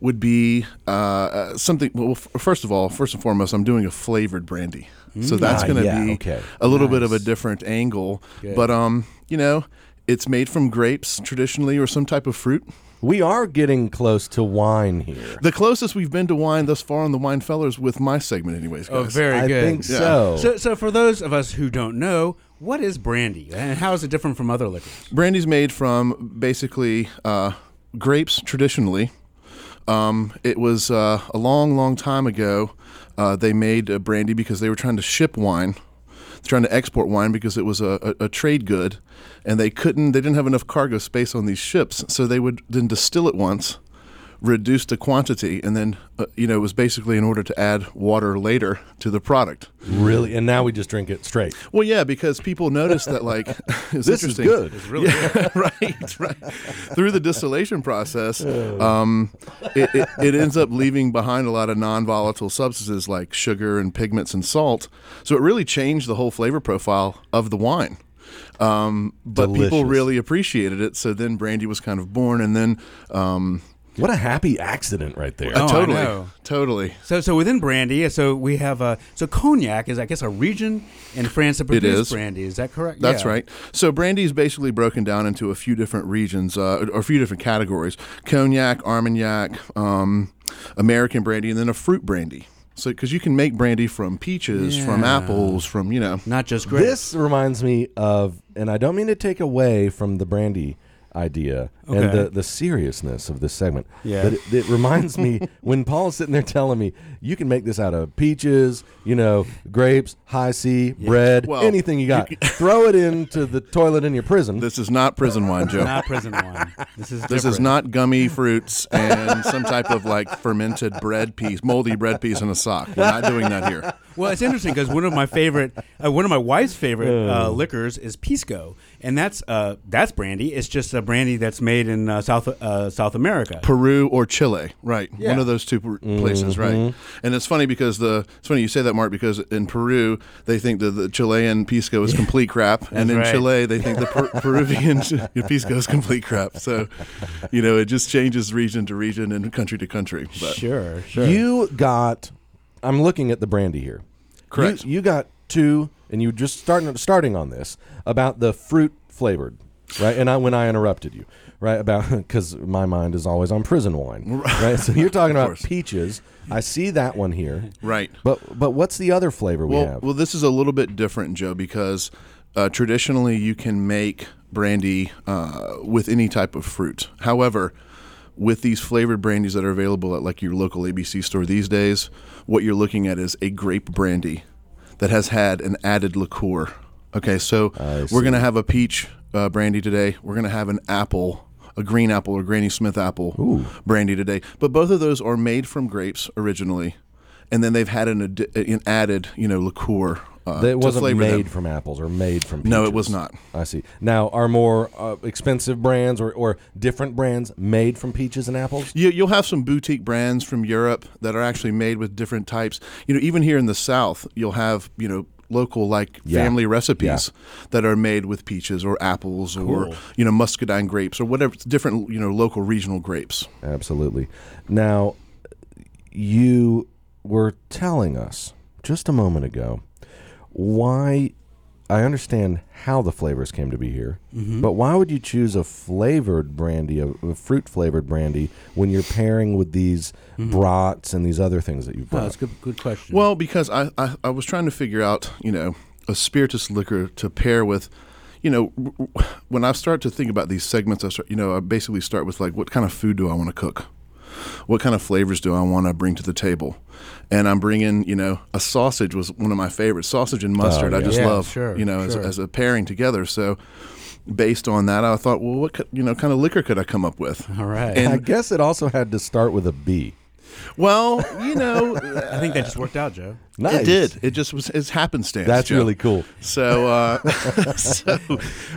M: would be uh, uh, something. Well, f- first of all, first and foremost, I'm doing a flavored brandy, so
D: Mm.
M: that's
D: Ah,
M: going to
D: yeah,
M: be
D: okay.
M: a little bit of a different angle.
D: Good.
M: But um, you know, it's made from grapes traditionally or some type of fruit.
D: We are getting close to wine here.
M: The closest we've been to wine thus far on the Wine Fellers with my segment, anyways.
F: Oh,
M: guys.
F: very good.
M: Yeah.
F: So, so for those of us who don't know, what is brandy eh, and how is it different from other liquors?
M: Brandy's made from basically uh, grapes traditionally. Um, it was uh, a long, long time ago. Uh, they made uh, brandy because they were trying to ship wine, trying to export wine because it was a, a, a trade good, and they couldn't. They didn't have enough cargo space on these ships, so they would then distill it once, reduce the quantity, and then uh, you know it was basically in order to add water later to the product.
D: Really? And now we just drink it straight.
M: Well, yeah, because people notice that like it's
D: This is
M: interesting.
D: good. It's really
M: Yeah, right, right. Through the distillation process, um, it, it, it ends up leaving behind a lot of non-volatile substances like sugar and pigments and salt. So it really changed the whole flavor profile of the wine. Um, but people
D: Delicious.
M: really appreciated it. So then brandy was kind of born, and then um,
D: What a happy accident right there.
M: uh,
F: Oh, I
M: totally,
F: know.
M: totally.
F: So, so within brandy, eh, so we have a so cognac is I guess a region in France that
M: It
F: produces
M: is.
F: brandy. Is that correct?
M: That's
F: Yeah.
M: right. So brandy is basically broken down into a few different regions uh, or a few different categories: cognac, armagnac, um, American brandy, and then a fruit brandy. So because you can make brandy from peaches, from
F: Yeah.
M: apples, from you know.
F: Not just grapes.
D: This reminds me of, and I don't mean to take away from the brandy idea and
F: Okay.
D: the, the seriousness of this segment.
F: Yeah.
D: But it, it reminds me when Paul's sitting there telling me, you can make this out of peaches, you know, grapes, high C, bread,
M: Well,
D: anything you got. Throw it into the toilet in your prison.
M: This is not prison wine, Joe.
F: not prison wine. This is
M: This is
F: different.
M: not gummy fruits and some type of like fermented bread piece, moldy bread piece in a sock. We're not doing that here.
F: Well, it's interesting because one of my favorite, Oh. uh, one of my wife's favorite uh, liquors is pisco, and that's uh, that's brandy. It's just a brandy that's made in uh, South uh, South America.
M: Peru or Chile, right? One
F: Yeah.
M: of those two per- places, right?
F: Mhm.
M: And it's funny because the it's funny you say that, Mark, because in Peru they think that the Chilean pisco is complete crap, and
D: That's
M: in
D: right.
M: Chile they think the per- Peruvian pisco is complete crap. So, you know, it just changes region to region and country to country. But
F: Sure,
D: You got. I'm looking at the brandy here.
M: Correct.
D: You, you got two, and you just starting starting on this about the fruit flavored, right? And I when I interrupted you, right? About because my mind is always on prison wine, right? So you're talking
M: Of
D: about
M: course.
D: peaches. I see that one here,
M: Right.
D: But but what's the other flavor
M: well,
D: we have?
M: Well, this is a little bit different, Joe, because uh, traditionally you can make brandy uh, with any type of fruit. However, with these flavored brandies that are available at like your local ABC store these days, what you're looking at is a grape brandy that has had an added liqueur. Okay, so we're going to have a peach uh, brandy today. We're going to have an apple, a green apple or Granny Smith apple brandy today. But both of those are made from grapes originally, and then they've had an, addi- an added, you know, liqueur. Uh,
D: That it
M: to
D: wasn't
M: flavor them.
D: made from apples or made from peaches.
M: No, it was not.
D: I see. Now, are more uh, expensive brands or, or different brands made from peaches and apples?
M: You, you'll have some boutique brands from Europe that are actually made with different types. You know, even here in the South, you'll have you know local like
D: Yeah.
M: family recipes that are made with peaches or apples or
D: Cool.
M: you know muscadine grapes or whatever different you know local regional grapes.
D: Absolutely. Now, you were telling us just a moment ago why I understand how the flavors came to be here,
F: Mhm.
D: but why would you choose a flavored brandy, a, fruit flavored brandy, when you're pairing with these brats and these other things that you've brought?
F: good, good question.
M: Well, because I, I I was trying to figure out you know a spiritus liquor to pair with. You know, w- w- when I start to think about these segments, I start, you know, I basically start with like, what kind of food do I want to cook? what kind of flavors do I want to bring to the table? And I'm bringing, you know, a sausage was one of my favorites. Sausage and mustard, I
D: Oh, yeah.
M: just
D: Yeah,
M: love,
D: sure,
M: you know,
D: sure.
M: as, as a pairing together. So, based on that, I thought, well, what, could, you know, kind of liquor could I come up with?
F: All right.
D: I
M: And
D: guess it also had to start with a B.
M: well, you know,
F: I think that just worked out, Joe.
M: It did. It just was. It's happenstance.
D: That's
M: Joe.
D: really cool.
M: So, uh, so,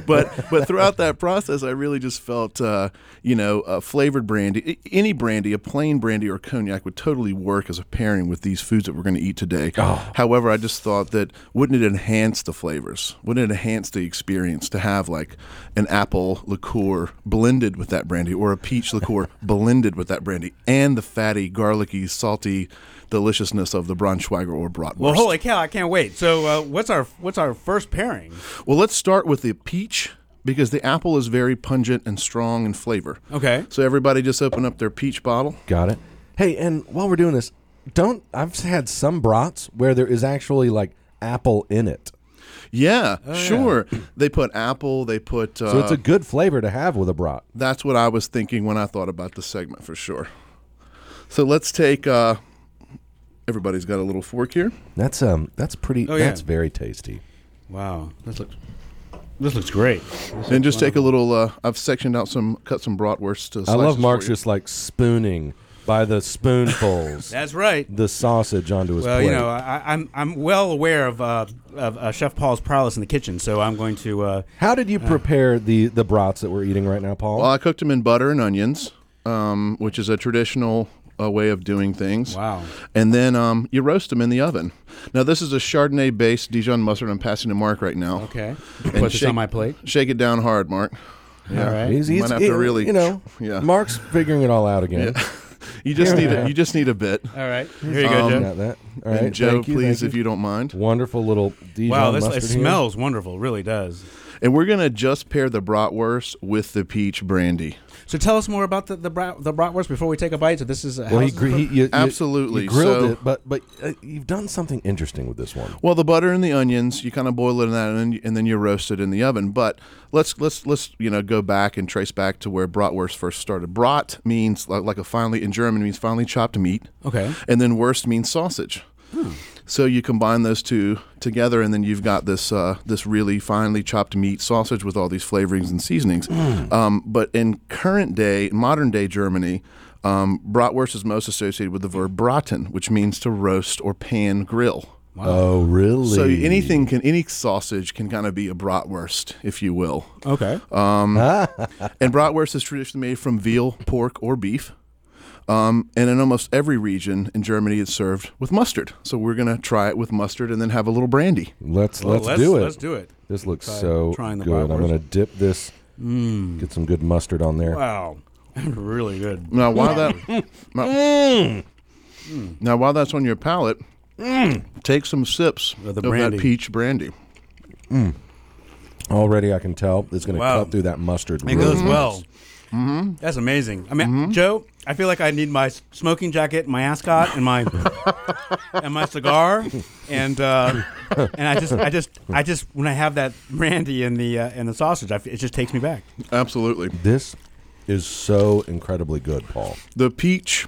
M: but but throughout that process, I really just felt, uh, you know, a flavored brandy, i- any brandy, a plain brandy or cognac would totally work as a pairing with these foods that we're going to eat today. However, I just thought that wouldn't it enhance the flavors? Wouldn't it enhance the experience to have like an apple liqueur blended with that brandy or a peach liqueur blended with that brandy and the fatty, garlicky, salty deliciousness of the Braunschweiger or bratwurst?
F: Well, holy cow! I can't wait. So, uh, what's our what's our first pairing?
M: Well, let's start with the peach because the apple is very pungent and strong in flavor.
F: Okay.
M: So everybody just open up their peach bottle.
D: Got it. Hey, and while we're doing this, don't I've had some brats where there is actually like apple in it.
M: Yeah, sure. They put apple, they put uh,
D: Oh, So
F: Um,
D: it's a good flavor to have with a brat.
M: That's what I was thinking when I thought about the segment for sure. So let's take uh everybody's got a little fork here.
D: That's um that's pretty
M: Oh, yeah.
D: that's very tasty.
F: Wow, this looks this looks great.
M: And just take a little uh I've sectioned out some cut some bratwurst to
D: I
M: slices
D: love
M: for
D: Mark's
M: you.
D: just like spooning by the spoonfuls.
F: That's right.
D: The sausage onto his
F: Well,
D: plate.
F: you know, I, I'm I'm well aware of uh, of uh, Chef Paul's prowess in the kitchen, so I'm going to. Uh,
D: How did you prepare the the brats that we're eating right now, Paul?
M: Well, I cooked them in butter and onions, um, which is a traditional uh, way of doing things.
F: Wow.
M: And then um, you roast them in the oven. Now, this is a Chardonnay based Dijon mustard. I'm passing to Mark right now.
F: Okay.
M: And
F: Put this on my plate.
M: Shake it down hard, Mark.
F: All right.
M: You
D: He's- he's-
M: might have to
D: it-
M: really,
D: you know,
M: yeah.
D: Mark's figuring it all out again.
M: Yeah. You just need
D: Yeah.
M: a, you just need a bit.
F: All right. Here you go, Joe.
D: Um, Got that. All
M: and
D: right,
M: Joe,
D: thank you,
M: please,
D: thank you.
M: if you don't mind.
D: Wonderful little Dijon
F: wow, this it
D: mustard Mm-hmm. here.
F: smells wonderful. It really does.
M: And we're gonna just pair the bratwurst with the peach brandy.
F: So tell us more about the the, brat, the bratwurst before we take a bite. So this is a
D: Well, he, gr- he, you, you-
M: Absolutely.
D: you grilled
M: So-
D: it, but but uh, you've done something interesting with this one.
M: Well, the butter and the onions, you kind of boil it in that, and, and then you roast it in the oven. But let's let's let's you know go back and trace back to where bratwurst first started. Brat means like, like a finely in German means finely chopped meat.
F: Okay.
M: And then wurst means sausage. So you combine those two together, and then you've got this uh, this really finely chopped meat sausage with all these flavorings and seasonings. Um, but in current day, modern day Germany, um, bratwurst is most associated with the verb braten, which means to roast or pan grill.
D: Oh, really?
M: So anything can any sausage can kind of be a bratwurst, if you will.
D: Okay.
F: Uh,
M: Um, and bratwurst is traditionally made from veal, pork, or beef. Um, and in almost every region in Germany, it's served with mustard. So we're gonna try it with mustard and then have a little brandy.
D: Let's
F: Well,
D: let's,
F: let's-
D: do it.
F: let's do it.
D: This looks
F: Try-
D: so
F: trying the
D: good. I'm
F: bratwurst.
D: gonna dip this.
F: Mm.
D: Get some good mustard on there.
F: Wow, really good.
M: Now while
F: Mm.
M: that now, now while that's on your palate,
F: Mm.
M: take some sips
F: Of
M: of,
F: the
M: that
F: brandy.
M: peach brandy.
D: Mm. Already, I can tell it's gonna
F: Wow.
D: cut through that mustard.
F: It
D: really
F: goes
D: nice.
F: well.
D: Mm-hmm.
F: That's amazing. I mean, Joe, I feel like I need my s- smoking jacket, my ascot, and my and my cigar, and uh, and I just, I just, I just when I have that brandy and the uh, and the sausage, I f it just takes me back.
M: Absolutely.
D: This is so incredibly good, Paul.
M: The peach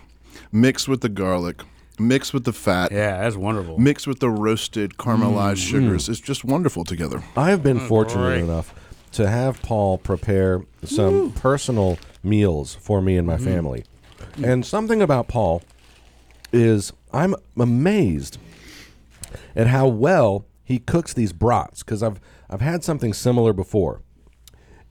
M: mixed with the garlic, mixed with the fat.
F: Yeah, that's wonderful.
M: Mixed with the roasted caramelized
D: Mm.
M: sugars. It's just wonderful together.
D: I have been
M: Mm,
D: fortunate
M: great.
D: enough to have Paul prepare some personal meals for me and my
M: Mhm.
D: family. And something about Paul is I'm amazed at how well he cooks these brats because I've I've had something similar before.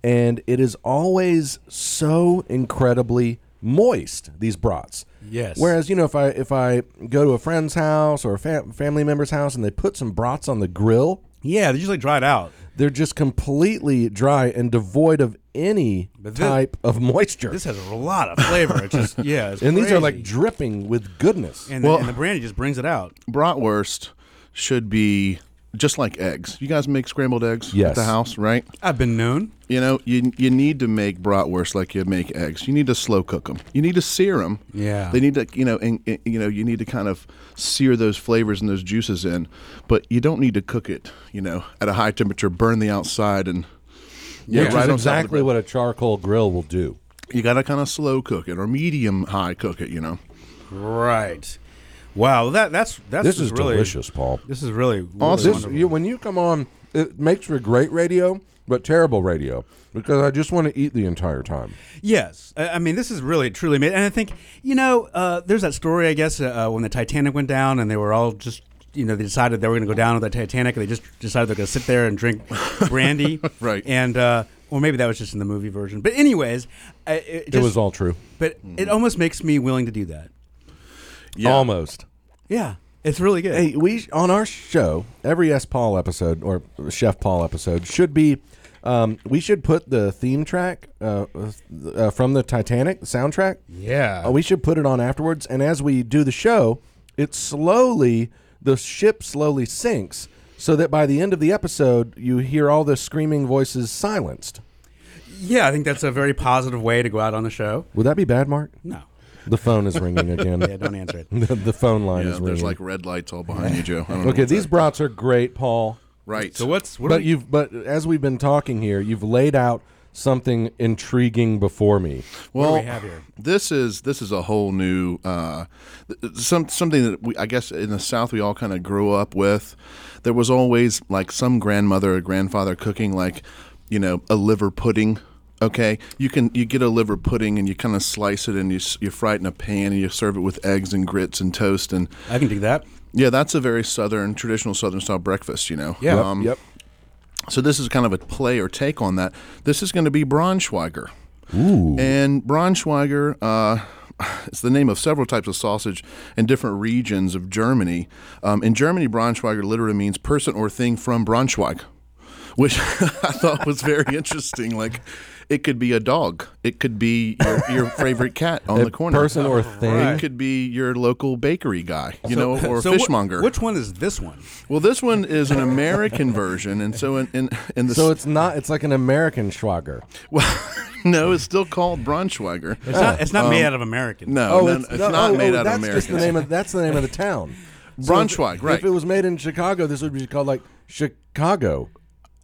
D: And it is always so incredibly moist these brats.
F: Yes.
D: Whereas you know if I if I go to a friend's house or a fam- family member's house and they put some brats on the grill,
F: yeah, they're usually dried out.
D: They're just completely dry and devoid of any
F: But thi-
D: type of moisture.
F: This has a lot of flavor. It's just yeah, it's
D: and these are
F: crazy.
D: like dripping with goodness.
F: and, the, and the brandy just brings it out.
M: Bratwurst should be just like eggs. You guys make scrambled eggs
D: Yes.
M: at the house, right?
F: I've been known.
M: You know, you you need to make bratwurst like you make eggs. You need to slow cook them. You need to sear them.
F: Yeah.
M: They need to, you know, and, and, you know, you need to kind of sear those flavors and those juices in, but you don't need to cook it, you know, at a high temperature, burn the outside and
D: Yeah, which is
M: on top of the
D: exactly what a charcoal grill will do.
M: You got to kind of slow cook it or medium high cook it, you know.
F: Right. Wow. That that's that's
D: This
F: just
D: is
F: really,
D: delicious, Paul.
F: This is really, really
D: Awesome.
F: wonderful.
D: you, when you come on, it makes for great radio, but terrible radio because I just want to eat the entire time.
F: Yes, I, I mean this is really truly amazing, and I think you know uh, there's that story I guess uh, when the Titanic went down and they were all just you know they decided they were going to go down with the Titanic and they just decided they're going to sit there and drink brandy, right? And uh, or maybe that was just in the movie version, but anyways, I, it,
D: It
F: just-
D: was all Mm-hmm. true.
F: But it almost makes me willing to do that.
D: Almost.
F: Yeah, it's really good.
D: Hey, we on our show every S Paul episode or Chef Paul episode should be. Um, we should put the theme track uh, uh, from the Titanic soundtrack.
F: Yeah.
D: Uh, we should put it on afterwards, and as we do the show, it slowly the ship slowly sinks, so that by the end of the episode, you hear all the screaming voices silenced.
F: Yeah, I think that's a very positive way to go out on the show.
D: Would that be bad, Mark?
F: No.
D: The phone is ringing again.
F: Yeah, don't answer it.
D: the, the phone line
M: Yeah,
D: is ringing.
M: there's like red lights all behind you, Joe. I don't know
D: okay,
M: what
D: these
M: that-
D: brats are great, Paul.
M: Right. So what's- what are
D: but
M: we-
D: you've but as we've been talking here, you've laid out something intriguing before me.
M: Well, this is this is a whole new uh, th- some something that we I guess in the South we all kind of grew up with. There was always like some grandmother or grandfather cooking like you know a liver pudding. Okay, you can you get a liver pudding and you kind of slice it and you s- you fry it in a pan and you serve it with eggs and grits and toast and
F: I can do that.
M: Yeah, that's a very southern traditional southern style breakfast. You know. Um,
F: Yeah. Yep, yep.
M: So this is kind of a play or take on that. This is going to be Braunschweiger. And Braunschweiger, uh, it's the name of several types of sausage in different regions of Germany. Um, in Germany, Braunschweiger literally means person or thing from Braunschweig, which I thought was very interesting. Like, it could be a dog. It could be your, your favorite cat on
D: A
M: the corner.
D: person or thing.
M: It could be your local bakery guy, you
F: So-
M: know, or a
F: so wh-
M: fishmonger.
F: which one is this one?
M: Well, this one is an American version, and so in in, in the
D: So it's not it's like an American Schwager.
M: no, it's still called Braunschweiger.
F: It's not- it's not made out of Americans.
M: Um, No,
D: Oh,
M: no,
D: it's,
M: it's,
D: no,
M: not
D: oh,
M: made
D: oh,
M: out of
D: that's
M: Americans.
D: just the name of that's the name of the town. So if-
M: Braunschweig,
D: If
M: right.
D: it was made in Chicago, this would be called like Chicago.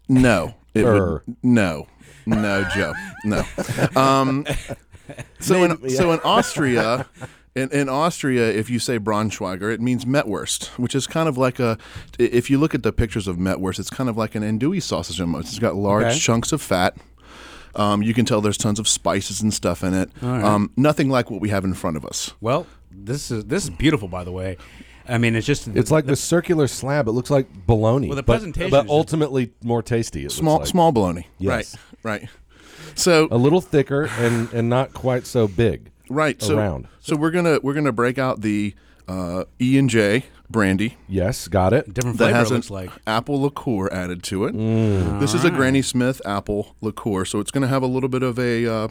M: No, it
D: Err.
M: would, no, no, Joe, no. Um, so in
D: Maybe, yeah.
M: so in Austria. In, in Austria, if you say Braunschweiger, it means Metwurst, which is kind of like a. If you look at the pictures of Metwurst, it's kind of like an andouille sausage almost. It's got large
D: Okay.
M: chunks of fat. Um, you can tell there's tons of spices and stuff in it.
F: All right.
M: Um, nothing like what we have in front of us.
F: Well, this is this is beautiful, by the way. I mean, it's just
D: It's like the circular slab. It looks like bologna.
F: Well, the
D: but-
F: presentation
D: but,
F: is just-
D: ultimately more tasty. It
M: Small-
D: looks like.
M: small bologna.
D: Yes.
M: Right, right. So
D: a little thicker and and not quite so big.
M: Right. So,
D: Around.
M: so we're gonna we're gonna break out the uh, E and J brandy.
D: Yes, got it.
F: Different
M: that
F: flavor,
M: has
F: it
M: an
F: looks like.
M: apple liqueur added to it. This is a Granny Smith apple liqueur, so it's gonna have a little bit of a. Uh,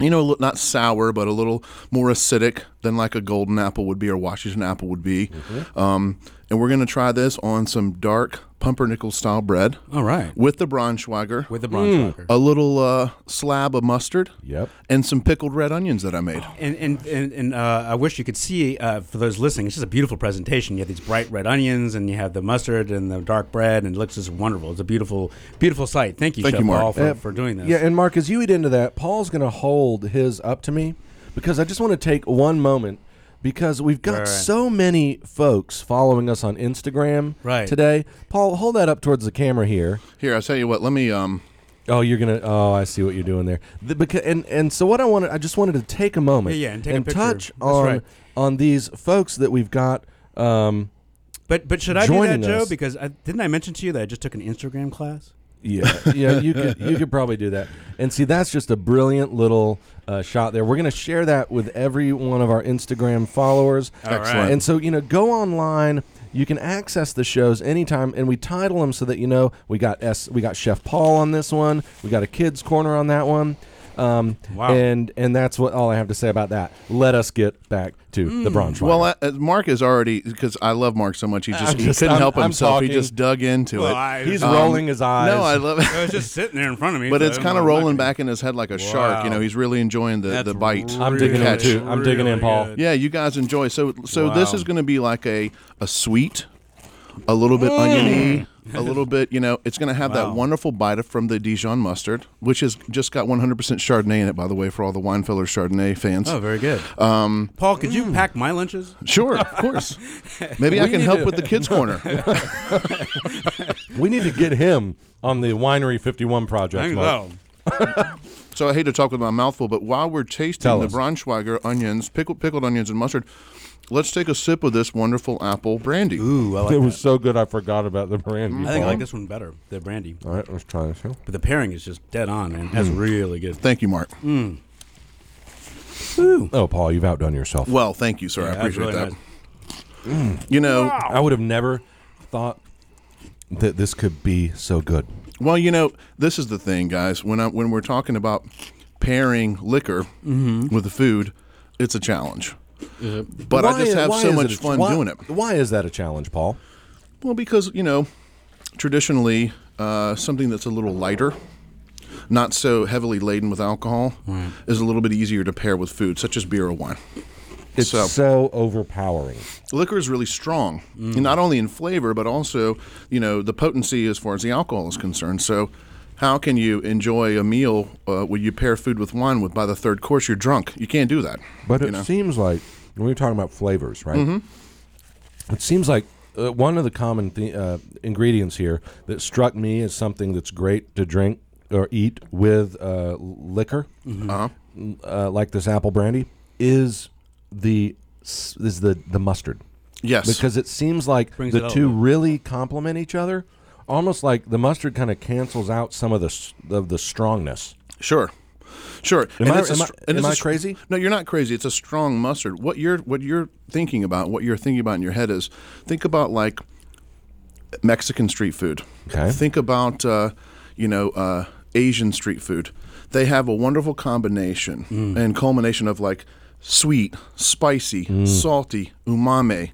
M: you know, a li- not sour, but a little more acidic than like a golden apple would be or Washington apple would be. Um, and we're going to try this on some dark pumpernickel style bread.
F: All right.
M: With the Braunschweiger. With
F: the Braunschweiger.
M: A little uh, slab of mustard.
D: Yep.
M: And some pickled red onions that I made.
F: And and and, and uh, I wish you could see uh, for those listening. It's just a beautiful presentation. You have these bright red onions, and you have the mustard and the dark bread, and it looks just wonderful. It's a beautiful, beautiful sight. Thank you, Chef Paul, for,
D: Uh,
F: for doing this.
D: Yeah, and Mark, as you eat into that, Paul's going to hold his up to me because I just want to take one moment because we've got
F: Right, right.
D: so many folks following us on Instagram
M: Right.
D: today. Paul, hold that up towards the camera here.
M: Here, I'll tell you what. Let me. um
D: Oh, you're gonna. Oh, I see what you're doing there. The, because and and so what I wanted, I just wanted to take a moment.
F: Yeah, yeah, and take a picture.
D: touch
F: That's
D: on
F: right.
D: on these folks that we've got. Um,
F: but but should I do that,
D: joining
F: Joe?
D: us.
F: Because I, didn't I mention to you that I just took an Instagram class?
D: Yeah, yeah, you could you could probably do that. And see, that's just a brilliant little uh, shot there. We're gonna share that with every one of our Instagram followers.
M: All right. Excellent.
D: And so you know, go online. You can access the shows anytime, and we title them so that you know we got S, we got Chef Paul on this one, we got a kids corner on that one. Um,
M: Wow.
D: And and that's what all I have to say about that. Let us get back to the Braunschweiger.
M: Well, I, uh, Mark is already because I love Mark so much. He
D: I'm
M: just, he
D: just-
M: couldn't
D: I'm-
M: help
D: I'm
M: himself. He
D: talking.
M: just dug into
D: Well,
M: it. Um,
D: I- He's rolling his eyes.
M: No, I love it.
F: I was just sitting there in front of me,
M: But it's
F: so
M: kind of
F: I'm
M: rolling
F: looking.
M: back in his head like a shark. You
F: Wow.
M: know, he's really enjoying the, the bite.
D: I'm digging in
M: catch.
D: too. I'm digging in, Paul.
M: Yeah, you guys enjoy. So, so this
D: Wow.
M: is going to be like a a sweet, a little
D: Mm.
M: bit oniony, a little bit. You know, it's going to have that wonderful bite from the Dijon mustard, which has just got 100% Chardonnay in it. By the way, for all the Weinfeller Chardonnay fans.
F: Oh, very good. Mm.
M: Um,
F: Paul, could you pack my lunches?
M: Sure, of course. Maybe I
D: We
M: can
D: need
M: help
D: to-
M: with the kids' corner.
D: we need to get him on the Winery 51 project. Mark.
M: so I hate to talk with my mouth full, but while we're tasting
D: Tell
M: the
D: us.
M: Braunschweiger onions, pickled pickled onions and mustard, let's take a sip of this wonderful apple brandy.
F: Ooh, I
D: it was so good I forgot about the brandy.
F: I think I like
D: Paul.
F: this one better, the brandy.
D: All right, let's try this. Here.
F: But the pairing is just dead on, man. That's
D: Mm.
F: really good.
M: Thank you, Mark.
F: Mm.
D: Oh, Paul, you've outdone yourself.
M: Well, thank you, sir. I
D: Yeah, that's
M: appreciate
D: really
M: that.
D: nice.
M: You know,
D: I would have never thought that this could be so good.
M: Well, you know, this is the thing, guys. When I, when we're talking about pairing liquor
D: Mhm.
M: with the food, it's a challenge. But I
D: Why-
M: just have
D: why
M: so
D: is
M: much
D: it a-
M: fun
D: why-
M: doing it.
D: Why is that a challenge, Paul?
M: Well, because you know, traditionally, uh, something that's a little lighter, not so heavily laden with alcohol, is a little bit easier to pair with food, such as beer or wine.
D: It's so,
M: So-
D: overpowering.
M: Liquor is really strong,
D: Mm.
M: not only in flavor but also, you know, the potency as far as the alcohol is concerned. So, how can you enjoy a meal uh, when you pair food with wine? With by the third course, you're drunk. You can't do that.
D: But
M: you
D: it
M: know?
D: seems like when we're talking about flavors, right?
M: Mhm. Mm-hmm.
D: It seems like uh, one of the common th- uh, ingredients here that struck me as something that's great to drink or eat with uh, liquor,
M: Mhm. Uh-huh.
D: m- uh, like this apple brandy, is the s- is the the mustard.
M: Yes.
D: because it seems like
M: Brings it
D: the
M: out a
D: two
M: bit.
D: really complement each other. Almost like the mustard kind of cancels out some of the s- of the strongness.
M: Sure. Sure.
D: Am I-
M: it's a
D: am I-
M: str- and
D: am
M: it's a
D: I
M: str-
D: crazy?
M: No, you're not crazy. It's a strong mustard. What you're what you're thinking about, what you're thinking about in your head is think about like Mexican street food.
D: Okay.
M: Think about uh, you know uh, Asian street food. They have a wonderful combination
D: Mm.
M: and culmination of like sweet, spicy,
D: Mm.
M: salty, umami.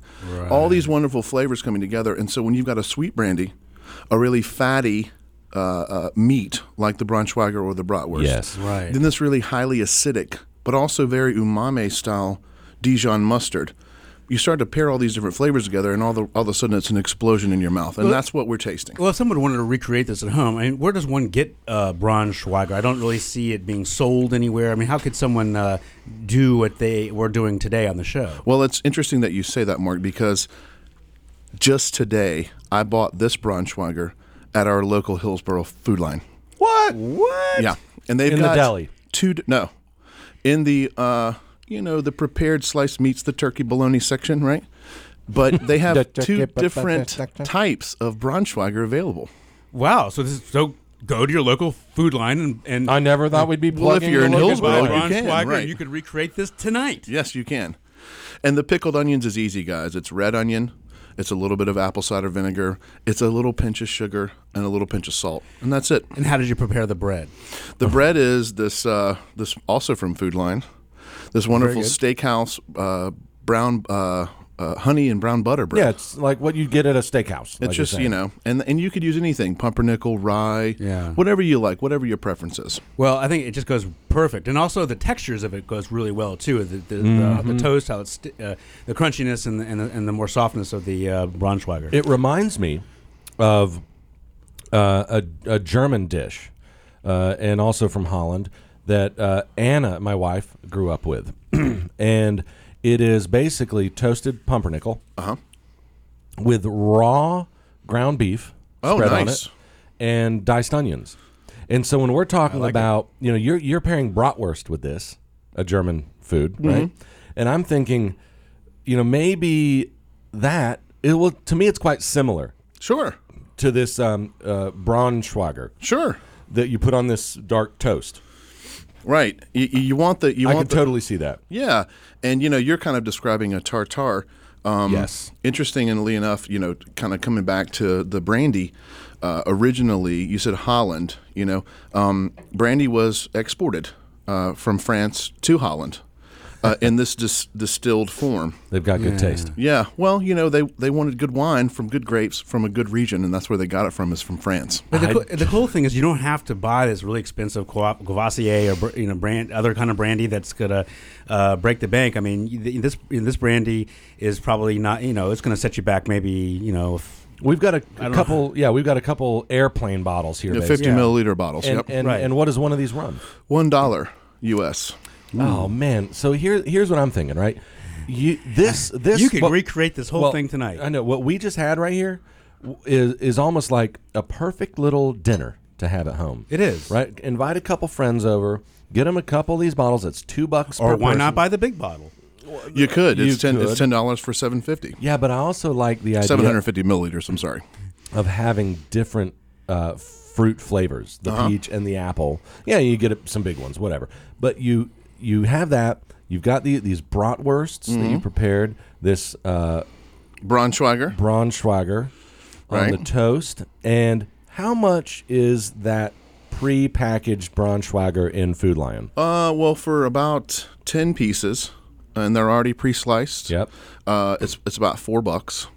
M: All these wonderful flavors coming together. And so when you've got a sweet brandy, a really fatty uh, uh, meat like the Braunschweiger or the bratwurst.
D: Yes. Right.
M: Then this really highly acidic, but also very umami style Dijon mustard. You start to pair all these different flavors together, and all, the, all of a sudden it's an explosion in your mouth, and
F: Well-
M: that's what we're tasting.
F: Well, if someone wanted to recreate this at home, I mean, where does one get uh, Braunschweiger? I don't really see it being sold anywhere. I mean, how could someone uh, do what they were doing today on the show?
M: Well, it's interesting that you say that, Mark, because just today I bought this Braunschweiger at our local Hillsboro food line.
D: What? What?
M: Yeah, and they've
D: In the
M: got
D: deli.
M: Two d- no, in the uh, you know the prepared sliced meats, the turkey bologna section, right? But they have two different types of Braunschweiger available.
F: Wow. So this is, so go to your local food line and, and
D: I never thought we'd be
M: Well, if
D: plugging
M: you're
D: the
M: in
D: local
M: Hillsborough,
D: bar.
M: you
F: Ron
M: can,
F: Schweiger,
M: right.
F: you could recreate this tonight.
M: Yes, you can. And the pickled onions is easy, guys. It's red onion, it's a little bit of apple cider vinegar, it's a little pinch of sugar, and a little pinch of salt, and that's it.
F: And how did you prepare the bread?
D: Oh.
M: The bread is this uh, this also from Food Line, this wonderful
D: good.
M: steakhouse uh, brown uh, uh, honey and brown butter bread.
D: Yeah, it's like what you get at a steakhouse.
M: It's just you know, and and you could use anything, pumpernickel, rye,
F: Yeah.
M: whatever you like, whatever your preference is.
F: Well, I think it just goes perfect, and also the textures of it goes really well too. The the, the,
M: Mm-hmm.
D: Mhm.
F: the toast, how it's sti- uh, the crunchiness and the, and the and the more softness of the uh, Braunschweiger.
D: It reminds me of uh, a, a German dish, uh, and also from Holland that uh, Anna, my wife, grew up with, and it is basically toasted pumpernickel
M: Uh-huh.
D: with raw ground beef
M: Oh,
D: spread
M: nice.
D: on it and diced onions. And so when we're talking about, you know, you're you're pairing bratwurst with this, a German food,
M: Mm-hmm.
D: right? And I'm thinking, you know, maybe that it will to me it's quite similar.
M: Sure.
D: To this um, uh, Braunschweiger.
M: Sure.
D: That you put on this dark toast.
M: Right. You, you want the you
D: I
M: want
D: could
M: the-
D: totally see that.
M: Yeah, and you know you're kind of describing a tartar. Um,
D: Yes.
M: Interestingly enough, you know, kind of coming back to the brandy. Uh, originally, you said Holland. You know, um, brandy was exported uh, from France to Holland uh, in this dis- distilled form.
D: They've got good
M: Yeah.
D: taste.
M: Yeah. Well, you know, they they wanted good wine from good grapes from a good region, and that's where they got it from is from France.
F: But the, cool, the cool thing is you don't have to buy this really expensive Coa- Courvoisier or br- you know brand other kind of brandy that's gonna uh, break the bank. I mean, you- th- this this brandy is probably not you know it's gonna set you back maybe you know. If,
D: We've got a,
F: I
D: a
F: don't know.
D: couple, yeah, we've got a couple airplane bottles here.
M: Yeah,
D: basically.
M: 50 milliliter bottles,
D: And,
M: yep.
D: And,
M: Right.
D: and what does one of these run?
M: One dollar U.S.
D: Oh man! So here, here's what I'm thinking. Right, you this this
F: You could
D: what-
F: recreate this whole thing tonight.
D: I know what we just had right here w- is is almost like a perfect little dinner to have at home.
F: It is
D: right. Invite a couple friends over, get them a couple of these bottles. That's two bucks.
F: or
D: per
F: why
D: person.
F: not buy the big bottle?
M: You could. It's
D: Uh, You
M: ten.
D: could.
M: It's ten dollars for seven fifty.
D: Yeah, but I also like the idea.
M: 750 milliliters. I'm sorry.
D: Of having different uh, fruit flavors, the
M: Uh-huh.
D: peach and the apple. Yeah, you get some big ones, whatever. But you you have that. You've got the, these bratwursts that you
M: Mhm.
D: prepared. This uh,
M: Braunschweiger.
D: Braunschweiger on
M: Right.
D: the toast. And how much is that pre-packaged Braunschweiger in Food Lion?
M: Uh, well, for about ten pieces, and they're already pre-sliced.
D: Yep.
M: Uh, it's it's about four bucks.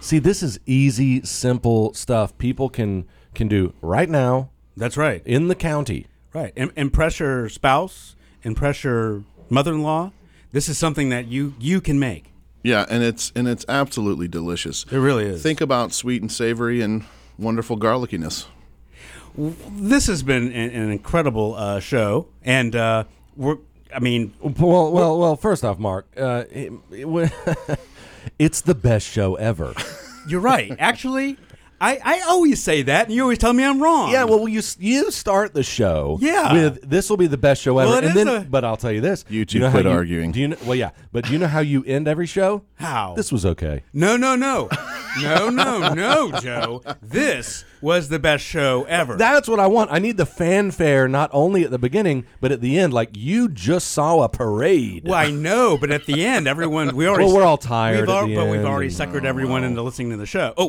D: See, this is easy, simple stuff. People can can do right now.
F: That's right.
D: In the county.
F: Right. And, and pressure spouse, and pressure mother in law. This is something that you you can make.
M: Yeah, and it's and it's absolutely delicious. It
F: really is.
M: Think about sweet and savory and wonderful garlickiness.
F: W- This has been an, an incredible uh, show, and uh, we're. I mean,
D: Well, well, well. First off, Mark, uh, it- it wa- it's the best show ever.
F: you're right. Actually, I, I always say that, and you always tell me I'm wrong.
D: Yeah, well, you you start the show.
F: Yeah.
D: with this will be the best show ever,
F: Well, it
D: and
F: is
D: then.
F: a-
D: but I'll tell you this:
M: You two
D: know how
M: quit arguing.
D: Do you know, well, yeah, but do you know how you end every show?
F: How?
D: this was okay.
F: No, no, no. No, no, no, Joe. This was the best show ever.
D: That's what I want. I need the fanfare not only at the beginning but at the end. Like you just saw a parade.
F: Well, I know, but at the end, everyone we already
D: Well, we're all tired
F: We've
D: at
F: al-
D: the
F: but we've
D: end
F: already
D: and-
F: suckered everyone into listening to the show. Oh,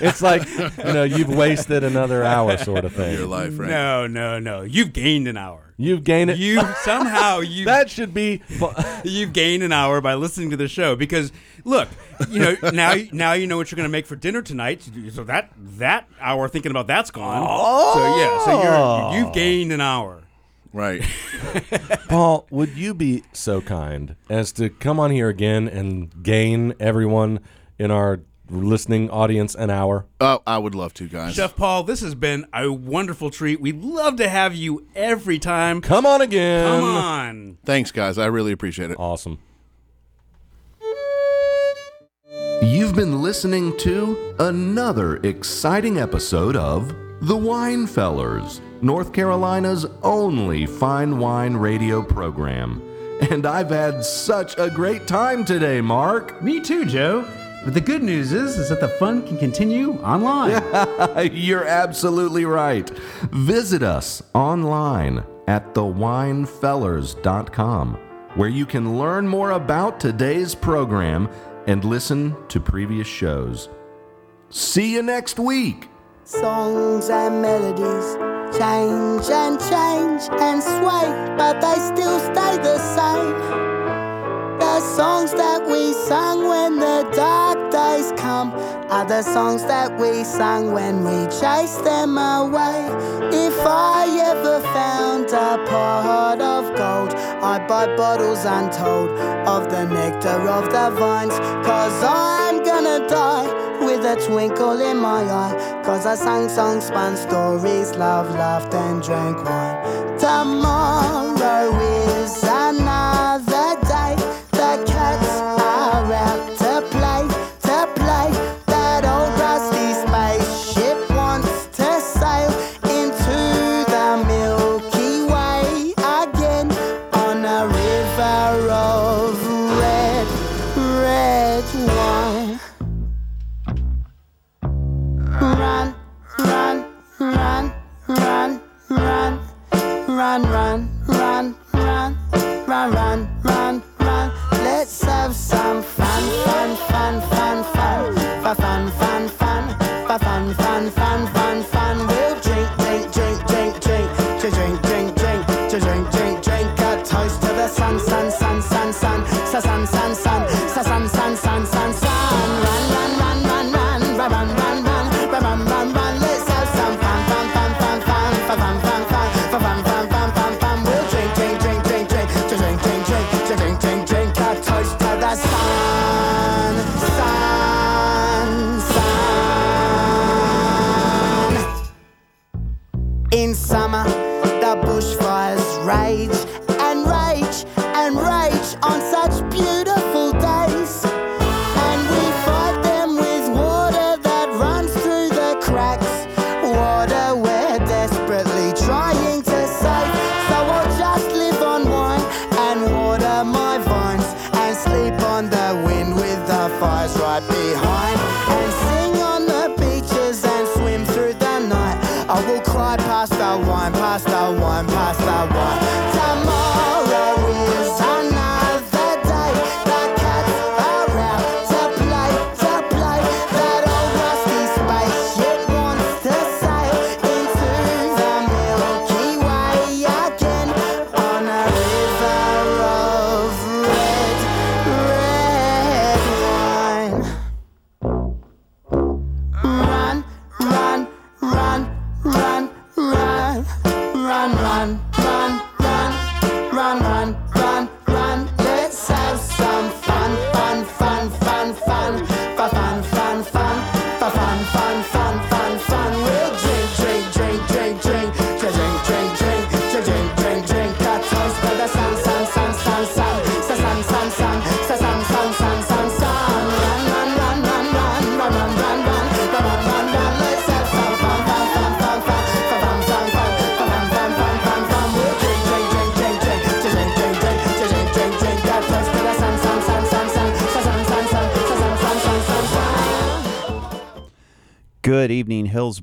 D: It's like you know you've wasted another hour, sort of thing.
M: Your life, right?
F: No, no, no. You've gained an hour.
D: You've gained it.
F: You somehow you
D: that should be. fu-
F: you've gained an hour by listening to the show because look, you know now now you know what you're going to make for dinner tonight. So that that hour thinking about that's gone. So yeah, so
M: Oh.
F: you're, you've gained an hour.
M: Right.
D: Paul, would you be so kind as to come on here again and gain everyone in our listening audience an hour?
M: Uh, I would love to, guys.
F: Chef Paul, this has been a wonderful treat. We'd love to have you every time.
D: Come on again.
F: Come
M: Mm.
F: on.
M: Thanks, guys. I really appreciate it.
D: Awesome.
N: You've been listening to another exciting episode of The Wine Fellers, North Carolina's only fine wine radio program. And I've had such a great time today, Mark.
O: Me too, Joe. But the good news is, is that the fun can continue online.
N: You're absolutely right. Visit us online at thewinefellers.com, where you can learn more about today's program and listen to previous shows. See you next week.
P: Songs and melodies change and change and sway, but they still stay the same. The songs that we sung when the dark days come are the songs that we sung when we chased them away. If I ever found a pot of gold, I'd buy bottles untold of the nectar of the vines, cause I'm gonna die with a twinkle in my eye. Cause I sang songs, spun stories, love, laughed, and drank wine. Tomorrow is another day. The cats are out to play, to play. That old rusty spaceship wants to sail into the Milky Way again on a river of red, red wine. Run, run, run, run, run, run, run, run, run, run, run, run, run. Let's have some fun, fun, fun, fun, fun, fun, fun, fun, fun, fun, fun, fun, fun, fun, fun. We'll drink, drink, drink, drink, drink, drink, drink, drink, drink, drink, drink, drink, drink. A toast to the sun, sun, sun, sun, sun, sun, sun, sun, sun, sun, sun, sun, sun, sun. Run, run, run, run, run, run, run, run, run, run, run, run, run. Let's have some fun, fun, fun, fun, fun, fun, fun, fun, fun, fun, fun, fun, fun, fun, fun. We'll drink, drink, drink, drink, drink, drink, drink, drink, drink, drink, drink, drink. A toast to the sun, sun, sun. In summer, the bushfires rage and rage and rage on such beautiful days. And we fight them with water that runs through the cracks. Water we're desperately trying to save. So I'll just live on wine and water my vines and sleep on the wind with the fires right behind. And sing on the beaches and swim through the night. I will cry past the wine, past the wine, past the wine. Tomorrow is another day. The cats are out to play, to play. That old rusty spaceship wants to sail into the Milky Way again on a river of red, red wine. Run, run, run, run, run, run, run, run, run, run, run, run, run. Let's have some fun, fun, fun, fun, fun, fun, fun, fun, fun, fun, fun, fun, fun, fun, fun. We'll drink, drink, drink, drink, drink, drink, drink, drink, drink, drink, drink, drink, drink. A toast to the sun, sun, sun, sun, sun, sun, sun, sun, sun, sun, sun, sun, sun, sun, sun. Run, run, run, run, run, run, run, run, run, run, run, run, run. Let's have some fun, fun, fun, fun, fun, fun, fun, fun, fun, fun, fun, fun, fun, fun, fun. We'll drink, drink, drink, drink, drink, drink, drink, drink, drink, drink, drink, drink. A toast to the sun, sun, sun, sun, sun, sun, sun, sun, sun, sun, sun, sun, sun, sun, sun.
Q: Good evening, Hills